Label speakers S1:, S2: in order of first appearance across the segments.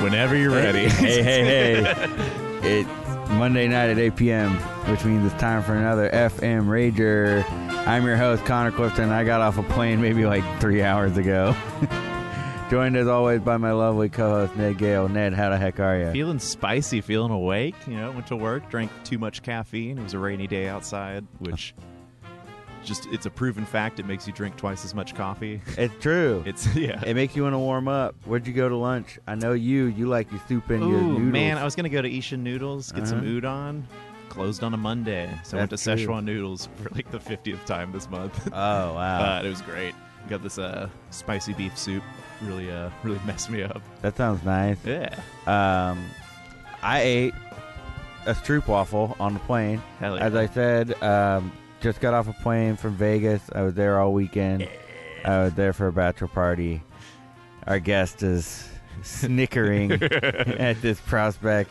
S1: Whenever you're ready.
S2: hey, hey, hey. It's Monday night at 8 p.m., which means it's time for another FM Rager. I'm your host, Connor Clifton. I got off a plane maybe like three hours ago. Joined as always by my lovely co host, Ned Gale. Ned, how the heck are you?
S1: feeling spicy, feeling awake. You know, went to work, drank too much caffeine. It was a rainy day outside, which just it's a proven fact. It makes you drink twice as much coffee.
S2: It's true.
S1: It's yeah.
S2: it makes you want to warm up. Where'd you go to lunch? I know you. You like your soup and your
S1: Ooh
S2: noodles.
S1: man, I was gonna go to Ishin Noodles, get some
S2: Uh-huh.
S1: udon. Closed on a Monday, so I went to
S2: That's true.
S1: Szechuan Noodles for like the 50th time this month.
S2: oh, wow.
S1: but it was great. Got this uh, spicy beef soup. Really, uh, really messed me up.
S2: that sounds nice.
S1: Yeah,
S2: Um, I ate a stroop waffle on the plane.
S1: hell yeah.
S2: As I said, um, just got off a plane from Vegas. I was there all weekend. I was there for a bachelor party. Our guest is snickering at this prospect.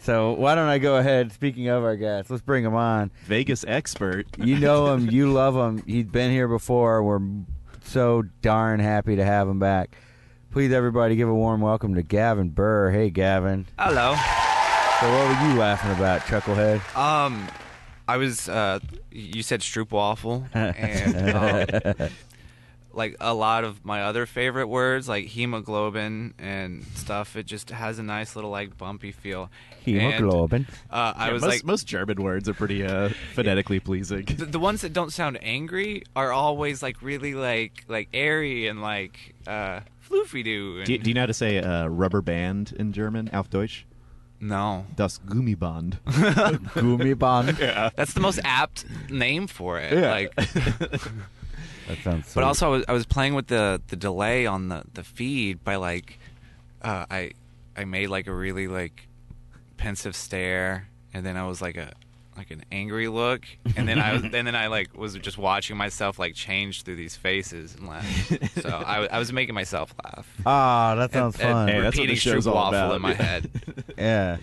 S2: So why don't I go ahead? Speaking of our guest, let's bring him on.
S1: Vegas expert.
S2: You know him. You love him. He's been here before. We're so darn happy to have him back. Please, everybody, give a warm welcome to Gavin Burr. Hey, Gavin.
S3: Hello.
S2: So, what were you laughing about, Chucklehead?
S3: Um, I was. Uh, you said stroopwafel, and um, like a lot of my other favorite words, like hemoglobin and stuff. It just has a nice little like bumpy feel. And,
S2: Hemoglobin.
S3: uh, I
S1: Yeah,
S3: was
S1: most,
S3: like.
S1: most German words are pretty uh, phonetically pleasing.
S3: the, the ones that don't sound angry are always like really like like airy and like uh floofy doo.
S1: Do you, do you know how to say uh, rubber band in German? Auf Deutsch?
S3: No,
S1: Das Gummiband.
S2: Gummiband.
S3: that's the most apt name for it. Like
S2: That sounds. Sweet.
S3: But also, I was, I was playing with the, the delay on the, the feed by like, uh, I I made like a really like pensive stare, and then I was like a like an angry look, and then I was, and then I like was just watching myself like change through these faces and laugh. So I, was- I was making myself laugh.
S2: Ah, that sounds
S3: and-
S2: fun.
S1: Hey, that's what
S3: Repeating
S1: the show's all
S3: stroopwafel
S1: about.
S3: in my head.
S2: yeah.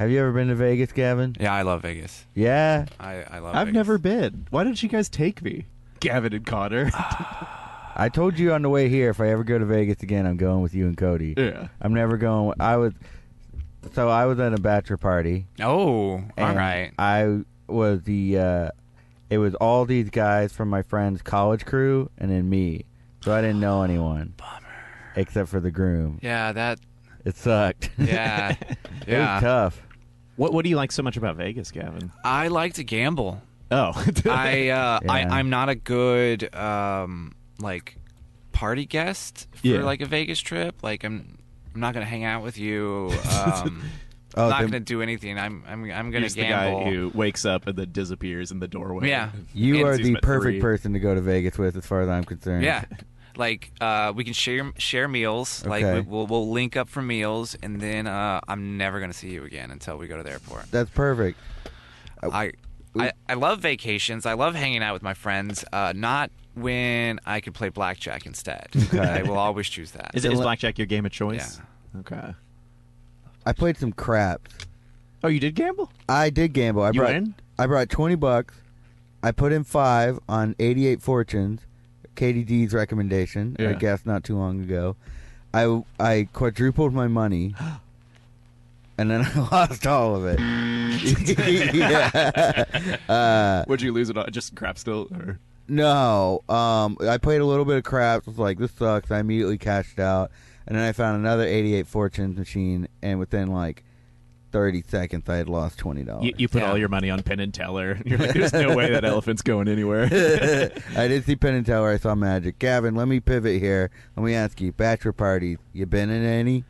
S2: Have you ever been to Vegas, Gavin?
S3: Yeah, I love Vegas.
S2: Yeah.
S3: I I love.
S1: I've
S3: Vegas.
S1: never been. Why didn't you guys take me? Gavin and Connor.
S2: I told you on the way here if I ever go to Vegas again, I'm going with you and Cody.
S1: yeah.
S2: I'm never going. with- I was. So I was at a bachelor party.
S3: Oh, all
S2: and
S3: right.
S2: I was the. Uh, it was all these guys from my friend's college crew, and then me. So I didn't know anyone. Bummer. Except for the groom.
S3: Yeah, that.
S2: It sucked.
S3: Yeah,
S2: it was
S3: yeah.
S2: tough.
S1: What What do you like so much about Vegas, Gavin?
S3: I like to gamble.
S1: Oh.
S3: I, uh, I
S2: Yeah.
S3: I'm not a good um, like party guest for
S1: Yeah.
S3: like a Vegas trip. Like I'm I'm not gonna hang out with you. Um,
S2: Oh,
S3: I'm not
S2: then-
S3: gonna do anything. I'm I'm I'm
S1: You're
S3: gonna
S1: just the
S3: gamble.
S1: guy who wakes up and then disappears in the doorway.
S3: Yeah.
S2: You
S3: And
S2: are
S1: he's
S2: the
S1: met
S2: perfect
S1: three.
S2: person to go to Vegas with, as far as I'm concerned.
S3: yeah. Like uh, we can share share meals.
S2: Okay.
S3: Like we, we'll we'll link up for meals, and then uh, I'm never gonna see you again until we go to the airport.
S2: That's perfect.
S3: I, I I love vacations. I love hanging out with my friends. Uh, not when I could play blackjack instead. I will always choose that.
S1: Is, it, is blackjack your game of choice? Okay.
S2: I played some craps.
S1: Oh, you did gamble?
S2: I did gamble. I
S1: You
S2: brought
S1: win?
S2: I brought twenty bucks. I put in five on eighty eight fortunes, Katie D's recommendation. I
S1: Yeah.
S2: guess not too long ago. I I quadrupled my money, and then I lost all of it. yeah. Uh,
S1: Would you lose it all? Just crap still? Or?
S2: no, um, I played a little bit of craps. Was like, this sucks. I immediately cashed out, and then I found another eighty eight fortunes machine, and within like thirty seconds, I had lost twenty dollars.
S1: You, you put
S3: Yeah.
S1: all your money on Penn and Teller. You're like, there's no way that elephant's going anywhere.
S2: I did see Penn and Teller. I saw Magic. Gavin, let me pivot here. Let me ask you: bachelor parties. You been in any?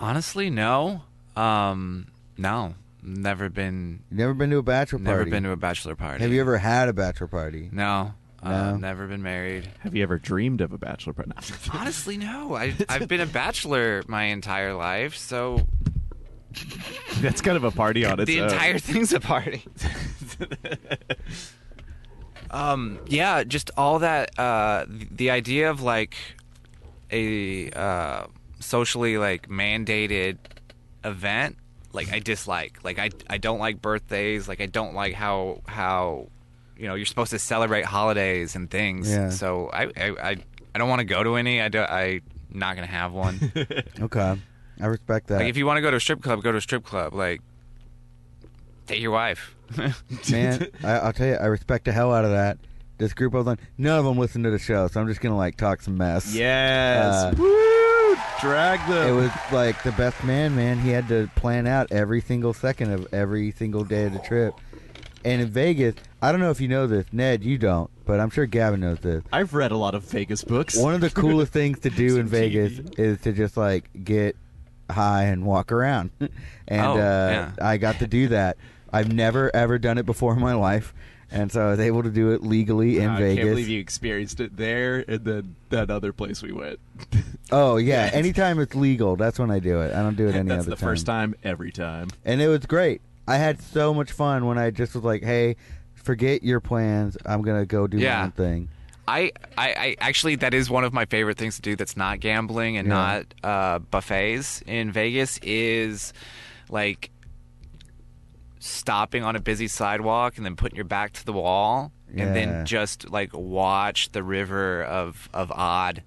S3: Honestly, no. Um, no, never been,
S2: You never been to a bachelor
S3: never
S2: party?
S3: been to a bachelor party.
S2: Have you ever had a bachelor party?
S3: No,
S2: No.
S3: Uh, never been married.
S1: Have you ever dreamed of a bachelor party?
S3: Honestly, no. I I've been a bachelor my entire life, so
S1: That's kind of a party on its
S3: the
S1: own.
S3: entire thing's a party. um, yeah, just all that. Uh, the, the idea of like a uh, socially like mandated event, like I dislike. Like I I don't like birthdays. Like I don't like how how you know you're supposed to celebrate holidays and things.
S2: Yeah.
S3: So I I I, I don't want to go to any. I don't. I not gonna have one.
S2: Okay. I respect that.
S3: Like if you want to go to a strip club, go to a strip club. Like date your wife.
S2: man, I, I'll tell you, I respect the hell out of that. This group I was on, none of them listened to the show, so I'm just gonna like talk some mess.
S4: Yes.
S2: Uh,
S4: Woo! Drag
S2: It
S3: Oh.
S4: them.
S2: was like the best man, man. He had to plan out every single second of every single day of the trip. And in Vegas, I don't know if you know this, Ned, you don't, but I'm sure Gavin knows this.
S4: I've read a lot of Vegas books.
S2: One of the coolest things to do in
S4: Some
S2: Vegas
S4: TV.
S2: is to just like get high and walk around. and
S3: Oh,
S2: uh,
S3: yeah.
S2: I got to do that. I've never ever done it before in my life. And so I was able to do it legally in
S1: I
S2: Vegas.
S1: can't believe you experienced it there and then that other place we went.
S2: Oh yeah, anytime it's legal, that's when I do it. I don't do it any
S1: That's
S2: other
S1: the first time every time.
S2: and it was great. I had so much fun when I just was like, "Hey, forget your plans. I'm gonna go do my
S3: Yeah.
S2: own thing."
S3: I, I, I actually that is one of my favorite things to do. That's not gambling and
S2: Yeah.
S3: not uh, buffets in Vegas is like stopping on a busy sidewalk and then putting your back to the wall and
S2: Yeah.
S3: then just like watch the river of of odd.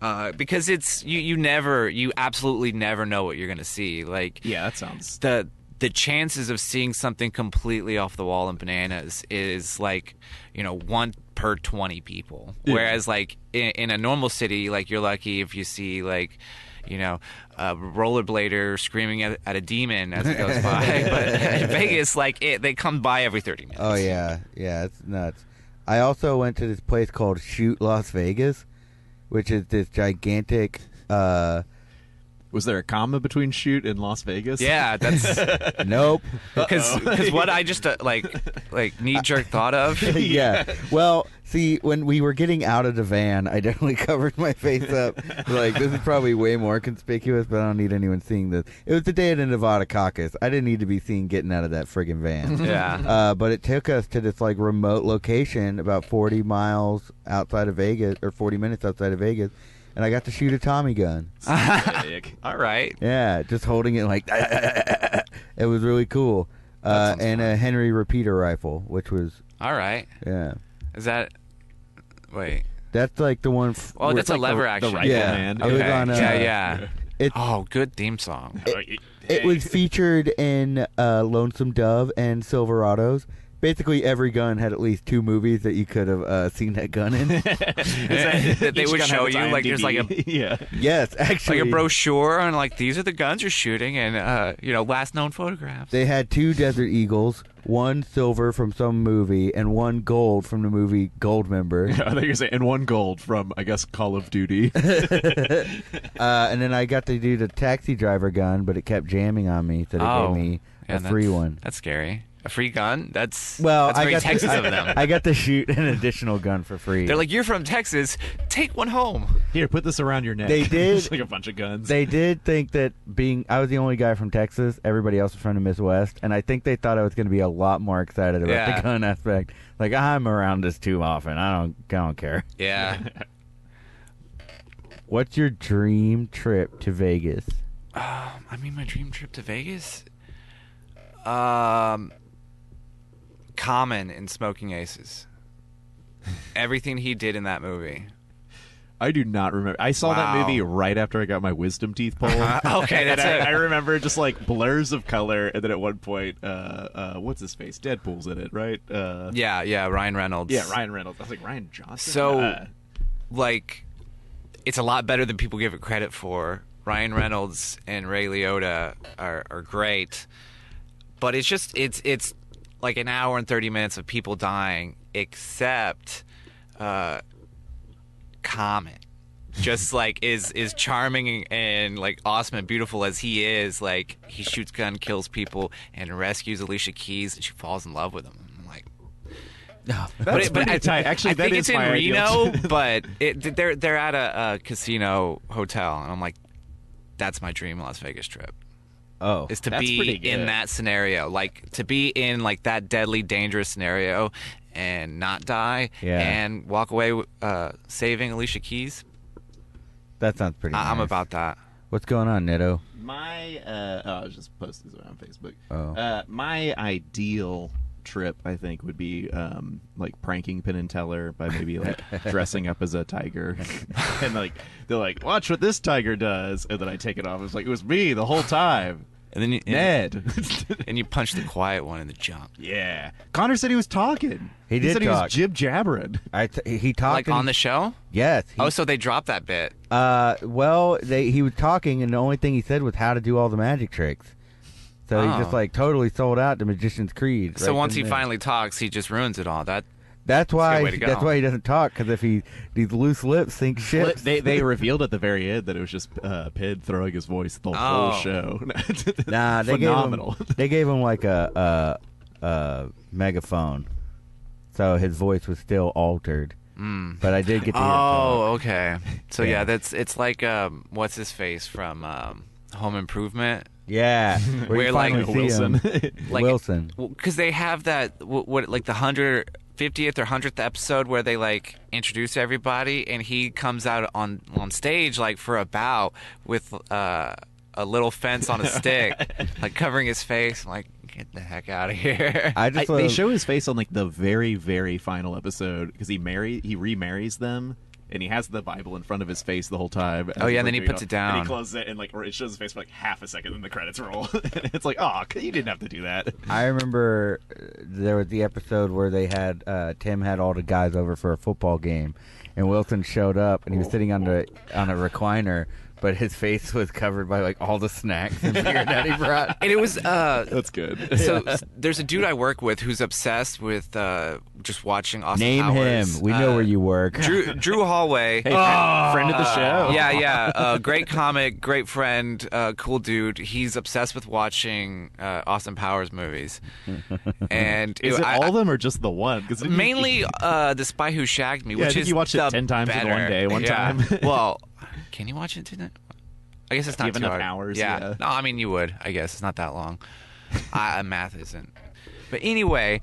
S3: Uh, because it's you, you never you absolutely never know what you're gonna see like
S1: Yeah, that sounds.
S3: the the chances of seeing something completely off the wall in bananas is like you know one per 20 people whereas like in, in a normal city like you're lucky if you see like you know a rollerblader screaming at, at a demon as it goes by but in vegas like it, they come by every 30 minutes
S2: Oh yeah, yeah, it's nuts. I also went to this place called Shoot Las Vegas, which is this gigantic. uh
S1: Was there a comma between shoot and Las Vegas?
S3: yeah that's
S2: Nope.
S3: because what i just uh, like like knee-jerk thought of
S2: yeah. Well, see, when we were getting out of the van, I definitely covered my face up. Like, this is probably way more conspicuous, but I don't need anyone seeing this. It was the day of the Nevada caucus. I didn't need to be seen getting out of that friggin' van.
S3: yeah
S2: Uh, but it took us to this like remote location about 40 miles outside of Vegas or 40 minutes outside of Vegas, and I got to shoot a Tommy gun.
S1: Sick.
S3: all right
S2: Yeah, just holding it like it was really cool. Uh,
S3: sounds
S2: and a Henry repeater rifle, which was
S3: all right
S2: yeah,
S3: is that wait
S2: that's like the one. F-
S3: oh
S2: where-
S3: that's a lever action
S1: rifle
S2: yeah,
S1: man.
S2: I was
S1: Okay.
S2: on. Uh,
S3: yeah, yeah.
S2: It
S3: Oh, good theme song.
S2: it was featured in uh, Lonesome Dove and Silverados. Basically, every gun had at least two movies that you could have uh, seen that gun in.
S3: that they
S1: Each
S3: would
S1: gun
S3: show
S1: has
S3: you, like, there's, like, a-
S1: IMDb. E? yeah.
S2: yes, actually,
S3: Like a brochure on like these are the guns you're shooting and uh, you know last known photographs.
S2: They had two Desert Eagles, one silver from some movie, and one gold from the movie Goldmember.
S1: I thought you were saying, and one gold from, I guess, Call of Duty.
S2: uh, and then I got to do the taxi driver gun, but it kept jamming on me, so they
S3: Oh.
S2: gave me
S3: Yeah,
S2: a free
S3: that's-
S2: one.
S3: That's scary. A free gun? That's
S2: Well,
S3: That's
S2: I
S3: very
S2: got
S3: Texas
S2: to,
S3: of them.
S2: I got to shoot an additional gun for free.
S3: They're like you're from Texas. Take one home.
S1: Here, put this around your neck.
S2: They did-
S1: It's like a bunch of guns.
S2: They did think that being I was the only guy from Texas, everybody else was from the Midwest, and I think they thought I was going to be a lot more excited about the
S3: Yeah.
S2: gun aspect. Like I'm around this too often. I don't I don't care.
S3: Yeah.
S2: What's your dream trip to Vegas?
S3: Um, I mean, my dream trip to Vegas. Um, common in Smoking Aces. Everything he did in that movie.
S1: I do not remember. I saw that
S3: Wow. Uh-huh.
S1: movie right after I got my wisdom teeth pulled.
S3: Okay,
S1: and
S3: that's
S1: I,
S3: it.
S1: I remember just like blurs of color, and then at one point, uh, uh, what's his face? Deadpool's in it, right? Uh,
S3: Yeah, yeah. Ryan Reynolds.
S1: yeah, Ryan Reynolds. I was like Ryan Johnson.
S3: So-
S1: Uh,
S3: like it's a lot better than people give it credit for. Ryan Reynolds and Ray Liotta are, are great, but it's just it's it's like an hour and thirty minutes of people dying, except uh, Comet. Just like is is charming and like awesome and beautiful as he is, like he shoots gun, kills people, and rescues Alicia Keys, and she falls in love with him. I'm like,
S1: that's
S3: but
S1: pretty
S3: I-
S1: tight. Actually,
S3: I
S1: that
S3: think
S1: is
S3: it's in
S1: my ideal
S3: Reno, but it, they're they're at a, a casino hotel, and I'm like, that's my dream Las Vegas trip
S2: Oh,
S3: is to
S1: That's
S3: be
S1: pretty good.
S3: in that scenario, like to be in like that deadly dangerous scenario and not die
S2: Yeah.
S3: and walk away uh, saving Alicia Keys.
S2: that sounds pretty.
S3: I, I'm
S2: nice.
S3: about that.
S2: What's going on, Nitto?
S1: My uh, oh, I was just posting this on Facebook.
S2: Oh.
S1: Uh, my ideal trip, I think, would be um, like pranking Penn and Teller by maybe like dressing up as a tiger, and like they're like, "Watch what this tiger does," and then I take it off. It's like it was me the whole time,
S3: And then you, and,
S1: Ned.
S3: and you punch the quiet one in the jump,
S1: yeah, Connor said he was talking.
S2: He did
S1: said he
S2: talk.
S1: was jib jabbering.
S2: I t- he talked
S3: like
S2: and-
S3: on the show.
S2: yes. He,
S3: Oh, so they dropped that bit.
S2: uh, well, they, he was talking, and the only thing he said was how to do all the magic tricks. So he
S3: Oh.
S2: just like totally sold out to Magician's Creed. right
S3: so once
S2: then
S3: he
S2: and there.
S3: finally talks, he just ruins it all. That
S2: that's why
S3: way to go.
S2: that's why he doesn't talk because if he these loose lips sink ships.
S1: They they revealed at the very end that it was just uh, Pid throwing his voice the
S3: Oh.
S1: whole show.
S2: Nah, they
S1: phenomenal.
S2: gave him they gave him like a, a, a megaphone, so his voice was still altered. Mm. But I did get to hear. him talk.
S3: Oh, okay. So
S2: Yeah.
S3: yeah. that's it's like um, what's his face from um, Home Improvement,
S2: yeah, where, you
S3: Where, like,
S2: finally see
S1: Wilson.
S2: him.
S3: like
S2: Wilson.
S3: because they have that what, what like the hundred fiftieth or hundredth episode where they like introduce everybody and he comes out on on stage like for a bow with uh, a little fence on a stick, like covering his face. I'm like, get the heck out of here.
S2: I
S1: I,
S2: just
S1: they
S2: love-
S1: show his face on like the very very final episode because he marry he remarries them and he has the Bible in front of his face the whole time.
S3: Oh, yeah, and then he puts it
S1: And
S3: down.
S1: he closes it and like or it shows his face for like half a second and the credits roll. it's like oh you didn't have to do that.
S2: I remember uh, there was the episode where they had uh, Tim had all the guys over for a football game, and Wilson showed up and he was sitting on the on a recliner, but his face was covered by like all the snacks and beer that he brought.
S3: and it was uh,
S1: That's good.
S3: So s- there's a dude I work with who's obsessed with uh, just watching Austin
S2: Name
S3: Powers.
S2: him. We know
S3: Uh,
S2: where you work.
S3: Drew Drew Hallway.
S1: friend of the show.
S3: Ah. Yeah, yeah. Uh, great comic, great friend, uh, cool dude. He's obsessed with watching uh, Austin Powers movies, and
S1: Is it
S3: I-
S1: all of them or just the one? Because
S3: mainly uh, the spy who shagged me.
S1: Yeah, I
S3: which
S1: think
S3: is
S1: you watched it
S3: the
S1: 10 times in
S3: better.
S1: one day, one
S3: Yeah.
S1: time.
S3: well, can you watch it tonight? I guess it's not
S1: you have
S3: too
S1: enough
S3: hard.
S1: hours,
S3: Yeah.
S1: yeah.
S3: no, I mean you would. I guess it's not that long. I, uh, math isn't. But anyway,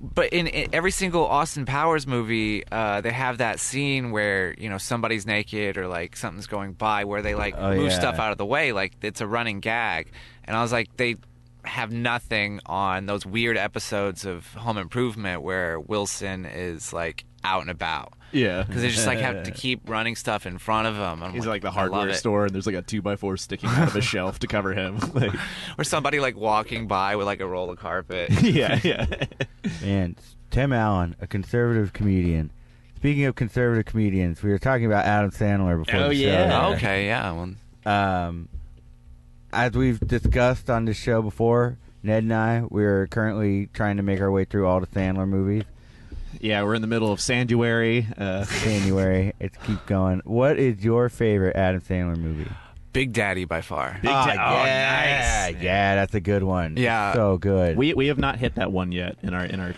S3: but in, in every single Austin Powers movie, uh, they have that scene where you know somebody's naked or like something's going by, where they like
S2: Oh,
S3: move
S2: yeah.
S3: stuff out of the way, like it's a running gag. And I was like, they have nothing on those weird episodes of Home Improvement where Wilson is like out and about
S1: yeah.
S3: because they just like have to keep running stuff in front of him. I'm
S1: He's like the
S3: I love
S1: hardware
S3: it.
S1: store, and there's like a two by four sticking out of a shelf to cover him. Like,
S3: or somebody like walking by with like a roll of carpet.
S1: yeah, yeah.
S2: And Tim Allen, a conservative comedian. Speaking of conservative comedians, we were talking about Adam Sandler before.
S1: Oh,
S2: the show.
S1: yeah.
S2: today.
S3: okay, yeah. Well,
S2: Um, as we've discussed on this show before, Ned and I, we're currently trying to make our way through all the Sandler movies.
S1: yeah, we're in the middle of Sanduary. Uh,
S2: January, it's keep going. What is your favorite Adam Sandler movie?
S3: Big Daddy by far.
S1: Big
S2: Ah,
S1: Daddy. Oh,
S2: yeah, yeah, that's a good one.
S3: Yeah.
S2: so good.
S1: we we have not hit that one yet in our in our.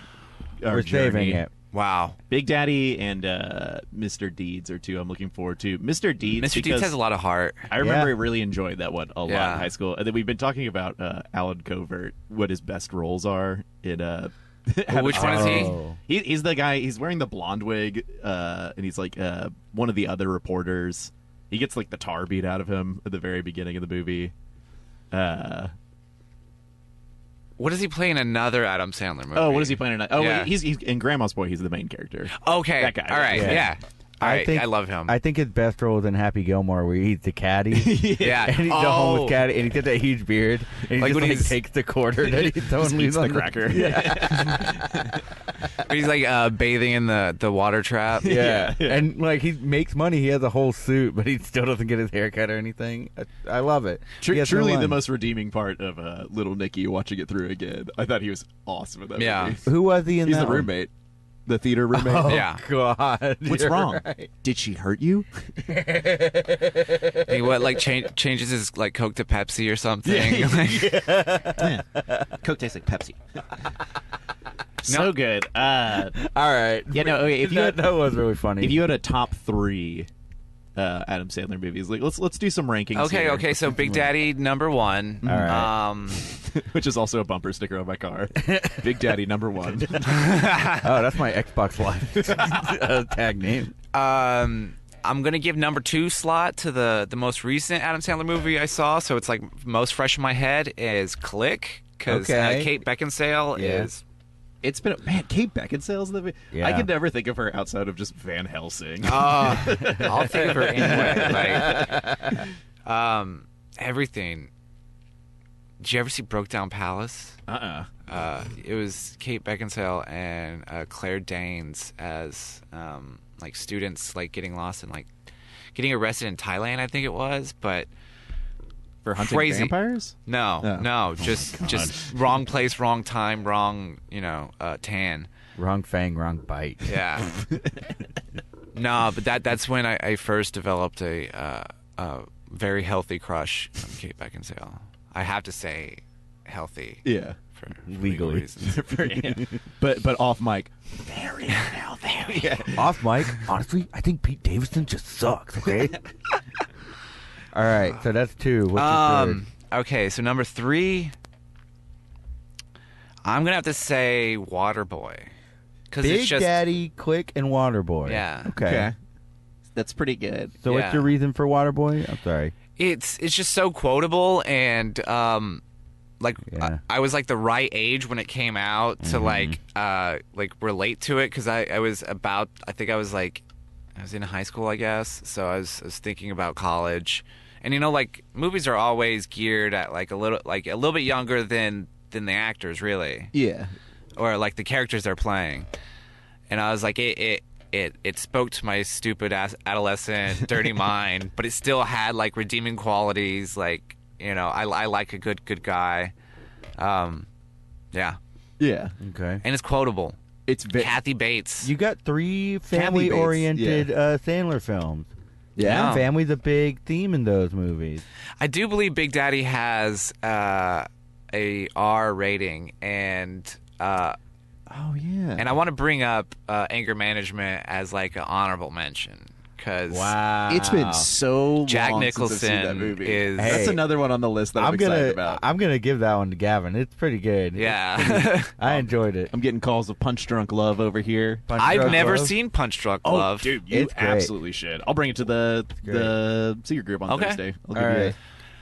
S1: our
S2: are saving
S1: journey.
S2: it.
S3: Wow.
S1: Big Daddy and uh, Mr. Deeds are two I'm looking forward to. Mr. Deeds.
S3: Mr.
S1: because
S3: Deeds has a lot of heart.
S1: I remember
S2: Yeah.
S1: I really enjoyed that one a lot
S3: Yeah.
S1: in high school. And then we've been talking about uh, Alan Covert, what his best roles are in. Uh, Adam
S3: Which one is he?
S2: Oh.
S1: He, he's the guy. He's wearing the blonde wig, uh, and he's like uh, one of the other reporters. He gets like the tar beat out of him at the very beginning of the movie. Uh,
S3: What does he play in another Adam Sandler movie?
S1: oh, what is he playing tonight? Oh,
S3: Yeah.
S1: wait, he's, he's in Grandma's Boy. He's the main character.
S3: Okay.
S1: That guy.
S3: All right.
S2: Yeah.
S3: Yeah. All right. I, love him.
S2: I think his best role is in Happy Gilmore, where he's the caddy.
S3: yeah.
S2: And he's
S3: oh,
S2: the homeless caddy, and he's got that huge beard, and he
S3: Like
S2: just
S3: when
S2: like,
S3: he's-
S2: takes the quarter that he's throwing
S1: Just eats
S2: leaves
S1: the
S2: on
S1: cracker.
S3: he's like uh, bathing in the, the water trap.
S2: Yeah. and like he makes money. He has a whole suit, but he still doesn't get his haircut or anything. I, I love it.
S1: Tru-
S2: He has no
S1: truly, the
S2: line.
S1: most redeeming part of uh, Little Nicky watching it through again. I thought he was awesome in that
S3: Yeah.
S1: movie.
S2: Who was he in
S1: He's
S2: that
S1: the
S2: one?
S1: roommate, the theater roommate.
S2: Oh
S3: Yeah.
S2: God,
S1: What's
S2: you're
S1: wrong?
S2: right.
S1: Did she hurt you?
S3: He what like cha- changes his like Coke to Pepsi or something. Like,
S1: Coke tastes like Pepsi. so good. Uh,
S2: All right.
S1: yeah, no. Okay, if you had,
S2: that, that was really funny.
S1: if you had a top three uh, Adam Sandler movies, like let's let's do some rankings.
S3: Okay.
S1: here,
S3: Okay. So Big Daddy number one. All
S2: right.
S3: Um,
S1: which is also a bumper sticker on my car. Big Daddy number one.
S2: oh, that's my Xbox Live uh, tag name.
S3: um, I'm gonna give number two slot to the the most recent Adam Sandler movie I saw. So it's like most fresh in my head is Click because
S2: Okay.
S3: uh, Kate Beckinsale
S2: Yeah.
S3: is
S1: It's been a, man, Kate Beckinsale's the. vi- I
S2: Yeah.
S1: could never think of her outside of just Van Helsing.
S3: Oh, I'll take her anyway. Like, um, everything. Did you ever see Broke Down Palace?
S1: Uh-uh.
S3: Uh, it was Kate Beckinsale and uh, Claire Danes as um, like students like getting lost and like getting arrested in Thailand. I think it was, but
S1: For hunting
S3: Crazy.
S1: vampires?
S3: no,
S1: Oh.
S3: no, just just wrong place, wrong time, wrong you know uh, tan.
S2: Wrong fang, wrong bite.
S3: Yeah. no, but that that's when I, I first developed a, uh, a very healthy crush on Kate Beckinsale. I have to say, healthy
S1: Yeah.
S3: for, for legal
S2: Legally.
S3: reasons.
S1: But but off mic.
S2: Off mic, honestly, I think Pete Davidson just sucks. Okay. All right, so that's two. What's your
S3: Um.
S2: third?
S3: Okay, so number three, I'm gonna have to say Waterboy, because
S2: Big
S3: it's just
S2: Daddy, Click, and Waterboy.
S3: Yeah.
S2: Okay.
S1: That's pretty good.
S2: So
S3: Yeah.
S2: what's your reason for Waterboy? I'm sorry.
S3: it's it's just so quotable and um like
S2: Yeah.
S3: I, I was like the right age when it came out to like uh like relate to it because I, I was about I think I was like I was in high school I guess so I was, I was thinking about college and you know like movies are always geared at like a little like a little bit younger than than the actors really
S1: Yeah.
S3: or like the characters they're playing. And I was like, it it it, it spoke to my stupid ass adolescent, dirty mind, but it still had like redeeming qualities. Like you know, I I like a good good guy. Um, yeah,
S1: Yeah.
S2: Okay.
S3: and it's quotable.
S1: It's very
S3: Kathy Bates.
S2: You got three
S1: Bates,
S2: family-oriented uh, Sandler films.
S1: yeah.
S3: Oh.
S2: Family's a big theme in those movies.
S3: I do believe Big Daddy has uh, a R rating, and uh,
S1: Oh yeah.
S3: and I want to bring up uh, anger management as like an honorable mention because
S2: Wow.
S1: it's been so
S3: Jack
S1: long since I've seen that
S3: Nicholson
S1: movie.
S3: is-
S1: That's
S2: Hey.
S1: another one on the list that I'm,
S2: I'm gonna
S1: excited about.
S2: I'm gonna give that one to Gavin. It's pretty good.
S3: yeah.
S2: I enjoyed it.
S1: I'm getting calls of punch drunk love over here.
S2: Punch
S3: I've
S2: Drunk
S3: never
S2: Love.
S3: seen Punch Drunk Love.
S1: Oh, dude, you
S2: It's great.
S1: absolutely should. I'll bring it to the
S2: great.
S1: the secret group on
S3: Okay.
S1: Thursday. I'll
S2: All
S1: give you
S2: right.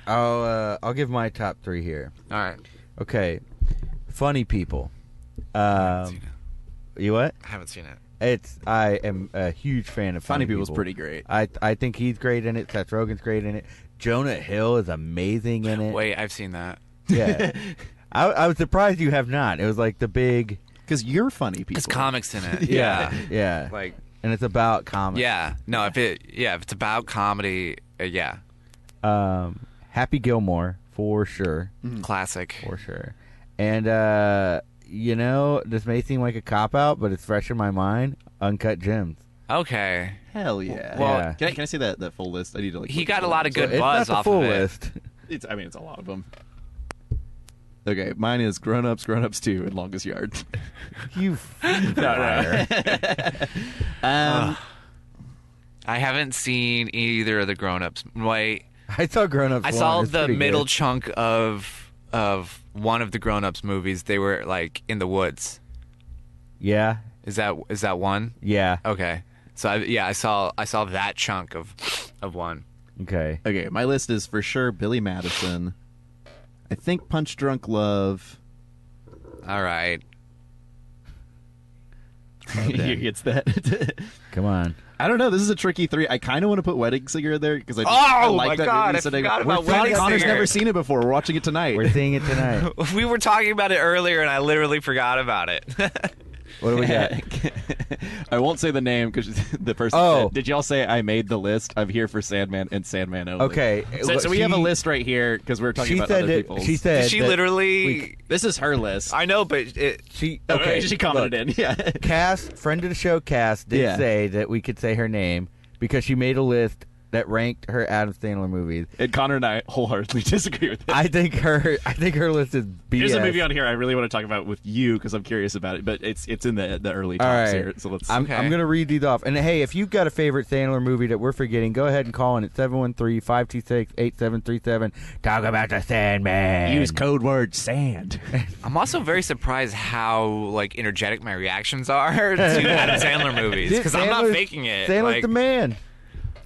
S2: I'll uh, I'll give my top three here.
S3: All right.
S2: Okay, funny people. Um, you what?
S3: I haven't seen it.
S2: It's I am a huge fan of funny,
S1: Funny People's pretty great.
S2: I I think he's great in it. Seth Rogen's great in it. Jonah Hill is amazing in it.
S3: Wait, I've seen that.
S2: yeah. I, I was surprised you have not. It was like the big
S1: Because you're funny people.
S3: Because comics in it.
S2: yeah
S3: Yeah.
S2: yeah,
S3: Like
S2: and it's about comedy.
S3: yeah. No, if it yeah, if it's about comedy, uh, yeah.
S2: Um, Happy Gilmore for sure.
S3: Classic.
S2: for sure. And uh, you know, this may seem like a cop out, but it's fresh in my mind. Uncut Gems.
S3: Okay.
S1: Hell yeah.
S3: Well,
S2: Yeah.
S1: can I can I see that that full list? I need to like.
S3: He
S1: look
S3: got
S1: it
S3: a
S1: up.
S3: lot of
S2: So
S3: good
S2: it's
S3: buzz
S2: not the
S3: off
S2: full
S3: of it.
S2: list.
S1: It's I mean it's a lot of them. Okay, mine is Grown Ups, Grown Ups Two, and Longest Yard.
S2: You liar.
S1: Um,
S3: I haven't seen either of the grown-ups. Wait,
S2: I saw Grown Ups.
S3: I saw the middle chunk of of one of the grown-ups movies. They were like in the woods.
S2: yeah,
S3: Is that is that one?
S2: yeah.
S3: Okay. So I, yeah, I saw I saw that chunk of of one.
S2: Okay.
S1: okay, my list is for sure Billy Madison. I think Punch Drunk Love.
S3: All right. Oh,
S1: it's that.
S2: Come on.
S1: I don't know. This is a tricky three. I kind of want to put Wedding Singer there because I, just-
S3: Oh,
S1: I like
S3: my
S1: that
S3: God,
S1: movie.
S3: I
S1: so they-
S3: forgot
S1: We're
S3: about
S1: talking-
S3: Wedding
S1: Connor's
S3: Singer.
S1: never seen it before. We're watching it tonight.
S2: We're seeing it tonight.
S3: We were talking about it earlier, and I literally forgot about it.
S2: What do we got?
S1: I won't say the name because the person.
S2: Oh.
S1: said, did y'all say I made the list? I'm here for Sandman and Sandman only.
S2: Okay.
S1: So, so we
S2: She-
S1: have a list right here because we're talking
S2: She
S1: about
S2: said.
S1: other
S2: That,
S1: people's.
S2: she said.
S3: she
S2: that-
S3: literally.
S2: we-
S1: This is her list.
S3: I know, but it.
S2: She
S1: okay,
S2: okay.
S1: she commented in. Yeah.
S2: Cass, friend of the show, Cass did
S1: Yeah.
S2: say that we could say her name because she made a list that ranked her Adam Sandler movies.
S1: And Connor and I wholeheartedly disagree with that.
S2: I think her. I think her list is BS.
S1: There's a movie on here I really want to talk about with you because I'm curious about it, but it's it's in the the early
S2: All
S1: tops
S2: right,
S1: here. So let's.
S2: I'm,
S3: Okay.
S2: I'm gonna read these off. And hey, if you've got a favorite Sandler movie that we're forgetting, go ahead and call in at 713-526-8737. Talk about the Sandman.
S1: code word sand.
S3: I'm also very surprised how like energetic my reactions are to Adam Sandler movies because I'm not
S2: Sandler's-
S3: faking it.
S2: Sandler's
S3: like,
S2: the man.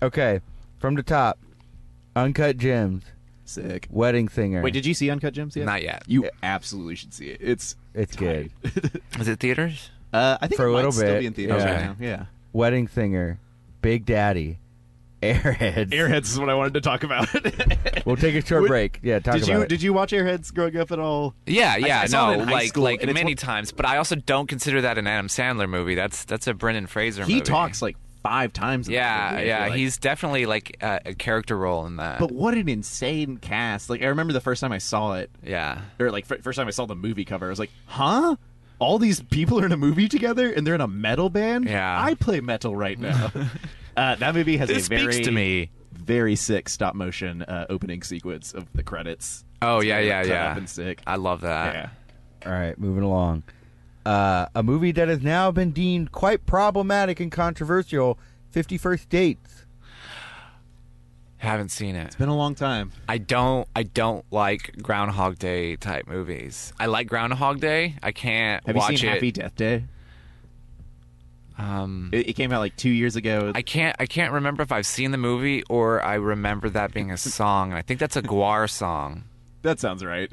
S2: Okay, from the top, Uncut Gems,
S1: Sick.
S2: Wedding Singer.
S1: Wait, did you see Uncut Gems yet?
S3: Not yet.
S1: You absolutely should see it. It's
S2: it's good.
S3: Is it theaters?
S1: uh, I think
S2: For
S1: it
S2: a
S1: might
S2: little
S1: still
S2: bit,
S1: be in theaters
S3: yeah.
S1: right now. Yeah.
S2: Wedding Singer, Big Daddy, Airheads.
S1: Airheads is what I wanted to talk about. did
S2: We'll take a short
S1: Would-
S2: break. Yeah, talk about
S1: you
S2: it.
S1: did you watch Airheads growing up at all?
S3: Yeah, yeah,
S1: I saw it
S3: no,
S1: in high
S3: like
S1: school,
S3: like
S1: and it's
S3: many
S1: one-
S3: times, but I also don't consider that an Adam Sandler movie. That's that's a Brendan Fraser
S1: He
S3: movie.
S1: talks like five times. in that
S3: Yeah,
S1: movie, I feel
S3: yeah,
S1: like.
S3: he's definitely like a, a character role in that.
S1: But what an insane cast! Like I remember the first time I saw it,
S3: yeah.
S1: or like fir- first time I saw the movie cover, I was like, "Huh? All these people are in a movie together, and they're in a metal band.
S3: Yeah.
S1: I play metal right now." uh, that movie has
S3: This
S1: a very,
S3: speaks to me.
S1: very sick stop motion uh, opening sequence of the credits.
S3: Oh
S1: It's
S3: yeah,
S1: really
S3: yeah,
S1: cut
S3: yeah. Uh,
S1: up and sick.
S3: I love that.
S1: yeah,
S2: All right, moving along. Uh, a movie that has now been deemed quite problematic and controversial 51st Dates.
S3: Haven't seen it.
S1: it's been a long time.
S3: I don't I don't like Groundhog Day type movies. I like Groundhog Day. I can't
S1: Have
S3: watch
S1: you seen
S3: it.
S1: Happy Death Day?
S3: um
S1: It, it came out like two years ago.
S3: I can't I can't remember if I've seen the movie or I remember that being a song. And I think that's a Guar song.
S1: that sounds right.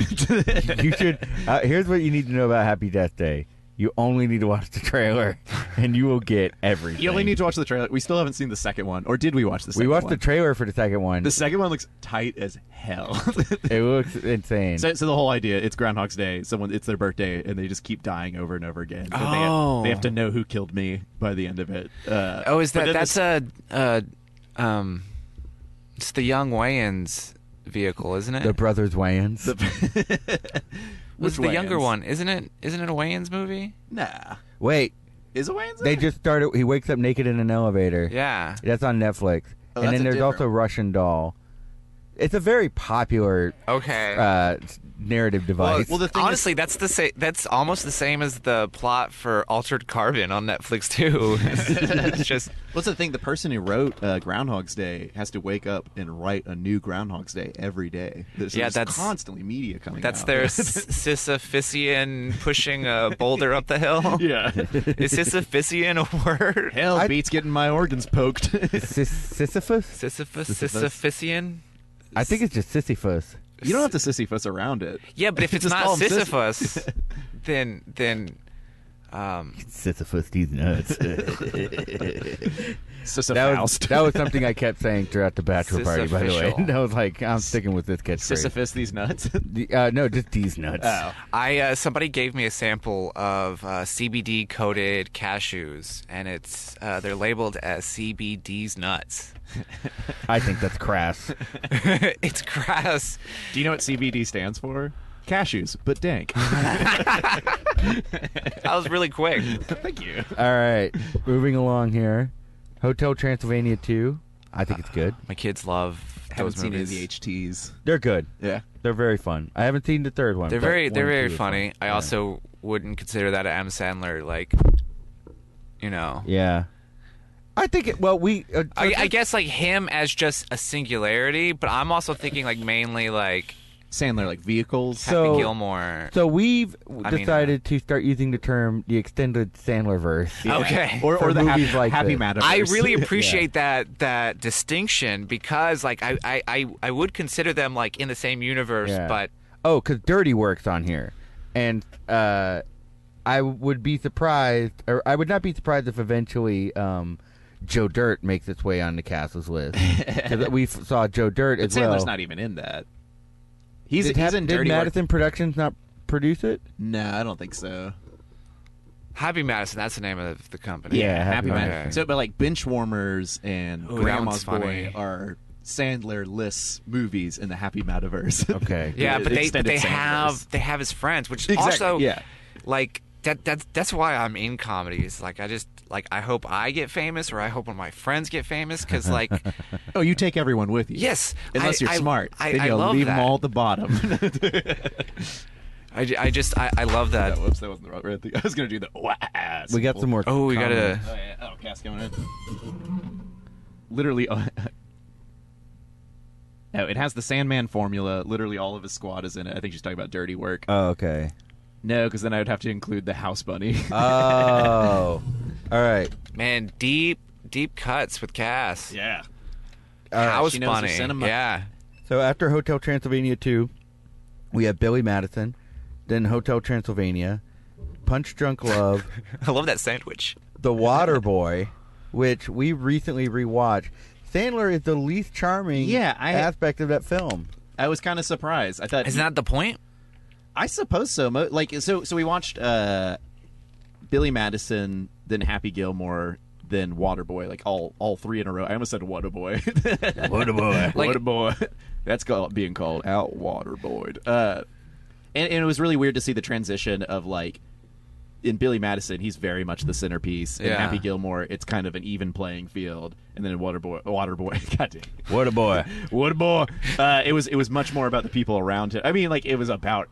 S2: You should. uh, here's what you need to know about Happy Death Day. You only need to watch the trailer, and you will get everything.
S1: you only need to watch the trailer. We still haven't seen the second one, or did we watch the?
S2: we
S1: second
S2: watched
S1: one?
S2: the trailer for the second one.
S1: The second one looks tight as hell.
S2: it looks insane.
S1: so, so the whole idea, it's Groundhog's Day. Someone, it's their birthday, and they just keep dying over and over again. And they,
S3: Oh.
S1: have, they have to know who killed me by the end of it. Uh,
S3: Oh, is
S1: but
S3: that
S1: then
S3: that's
S1: the,
S3: a uh um it's the young Wayans vehicle, isn't it?
S2: the brothers Wayans.
S3: was the
S1: Which
S3: younger
S1: Wayans?
S3: one, isn't it? Isn't it a Wayans movie?
S1: nah?
S2: Wait,
S1: Is it Wayans?
S2: they
S1: there?
S2: just started. He wakes up naked in an elevator.
S3: Yeah.
S2: That's on Netflix.
S1: Oh,
S2: and
S1: that's
S2: then
S1: a
S2: there's
S1: different
S2: also Russian Doll. It's a very popular
S3: Okay.
S2: uh, narrative device.
S1: well, the thing is-
S3: Honestly, that's the sa- that's almost the same as the plot for Altered Carbon on Netflix too. it's just
S1: What's the thing? The person who wrote uh, Groundhog's Day has to wake up and write a new Groundhog's Day every day. There's
S3: Yeah,
S1: just
S3: that's-
S1: constantly media coming.
S3: that's
S1: out.
S3: their s- Sisyphusian pushing a boulder up the hill.
S1: yeah.
S3: Is Sisyphusian a word?
S1: Hell beats getting my organs poked.
S2: Sys- Sisyphus?
S3: Sisyphus,
S1: Sisyphus.
S3: Sisyphusian.
S2: I think it's just Sisyphus.
S1: you don't have to sisyphus around it.
S3: Yeah, but if it's
S1: Just
S3: not
S1: call 'em Sisy.
S3: Sisyphus, then then um,
S2: Sisyphus, these nuts. that, was,
S1: Sisyphus.
S2: that was something I kept saying throughout the bachelor party, by the way.
S3: Sisyphicial.
S2: I was like, I'm sticking with this catchphrase.
S1: Sisyphus these nuts.
S2: The- Uh, no, just these nuts.
S1: oh.
S3: I uh, somebody gave me a sample of uh, CBD coated cashews, and it's uh, they're labeled as CBD's nuts.
S2: I think that's crass.
S3: it's grass.
S1: Do you know what CBD stands for? Cashews, but dank.
S3: That was really quick.
S1: Thank you. Uh,
S2: All right, moving along here. Hotel Transylvania 2. I think it's good.
S3: My kids love
S1: Haven't
S3: those
S1: seen any of
S3: movies.
S1: the HTs.
S2: They're good.
S1: Yeah.
S2: They're very fun. I haven't seen the third one.
S3: They're
S2: but
S3: very
S2: one
S3: they're
S2: and
S3: very
S2: two are
S3: funny. I
S2: Yeah.
S3: also wouldn't consider that an M Sandler like, you know.
S2: Yeah. I think it. Well, we. Uh,
S3: I, I guess like him as just a singularity, but I'm also thinking like mainly like
S1: Sandler like vehicles.
S3: Happy
S2: So-
S3: Gilmore.
S2: so we've
S3: mean, uh,
S2: decided to start using the term the extended Sandler verse.
S3: okay.
S1: Or,
S2: For
S1: or the
S2: movies
S1: happy,
S2: like
S1: happy
S2: this.
S1: Mataverse.
S3: I really appreciate that that distinction because like I, I, I, I would consider them like in the same universe,
S2: Yeah.
S3: but
S2: Oh, because Dirty works on here, and uh, I would be surprised, or I would not be surprised if eventually um, Joe Dirt makes its way on the castle's list. 'Cause we f- saw Joe Dirt
S1: But
S2: as
S1: Sandler's
S2: well.
S1: not even in that. He's,
S2: did
S1: he's
S2: Hap-
S1: in
S2: did
S1: Dirty Work-
S2: Madison Productions not produce it?
S1: No, I don't think so.
S3: Happy Madison, that's the name of the company.
S2: Yeah, Happy
S1: Happy
S2: Madison.
S1: Madison. So, but like bench warmers and
S3: Ooh, that one's
S1: Grandma's
S3: funny.
S1: Boy are Sandler-less movies in the Happy Metaverse.
S2: Okay.
S3: Yeah, but they but
S1: Extended
S3: they
S1: Sandler's.
S3: have they have his friends, which
S1: Exactly,
S3: also
S1: yeah.
S3: like that that's that's why I'm in comedies. Like I just like I hope I get famous or I hope one of my friends get famous because like
S1: Oh, you take everyone with you.
S3: Yes,
S1: Unless
S3: I-
S1: you're
S3: I-
S1: smart.
S3: I-
S1: then
S3: I
S1: you'll
S3: love
S1: leave
S3: that.
S1: them all at the bottom.
S3: I, ju- I just I, I love that.
S1: No, whoops, that wasn't the right- right thing. I was going to do the wah ass.
S2: We got some more.
S3: Oh, we
S2: comments.
S3: gotta.
S1: Oh, yeah. Oh, cast going in. Literally. Uh, no, it has the Sandman formula. Literally all of his squad is in it. I think she's talking about dirty work.
S2: Oh, okay.
S1: no, because then I would have to include the house bunny.
S2: Oh, all right.
S3: Man, deep deep cuts with Cass.
S1: yeah.
S2: All right.
S3: House
S1: she knows her
S3: Bunny.
S1: cinema.
S3: Yeah.
S2: So after Hotel Transylvania 2, we have Billy Madison, then Hotel Transylvania, Punch Drunk Love,
S3: I love that sandwich.
S2: The Water Boy, which we recently rewatched. Sandler is the least charming
S1: Yeah, I-
S2: aspect of that film.
S1: I was kind of surprised. I thought
S3: Isn't that the point?
S1: I suppose so. Mo- like so, so we watched uh, Billy Madison, then Happy Gilmore, then Waterboy. Like all all three in a row. I almost said Waterboy.
S2: Waterboy.
S3: Like-
S1: Waterboy. That's called being called out Waterboyed. Uh, and, and it was really weird to see the transition of like in Billy Madison, he's very much the centerpiece. In
S3: Yeah.
S1: Happy Gilmore, it's kind of an even playing field. And then in Waterboy, Waterboy, goddamn.
S2: Waterboy.
S1: Waterboy. Uh, it was it was much more about the people around him. I mean, like it was about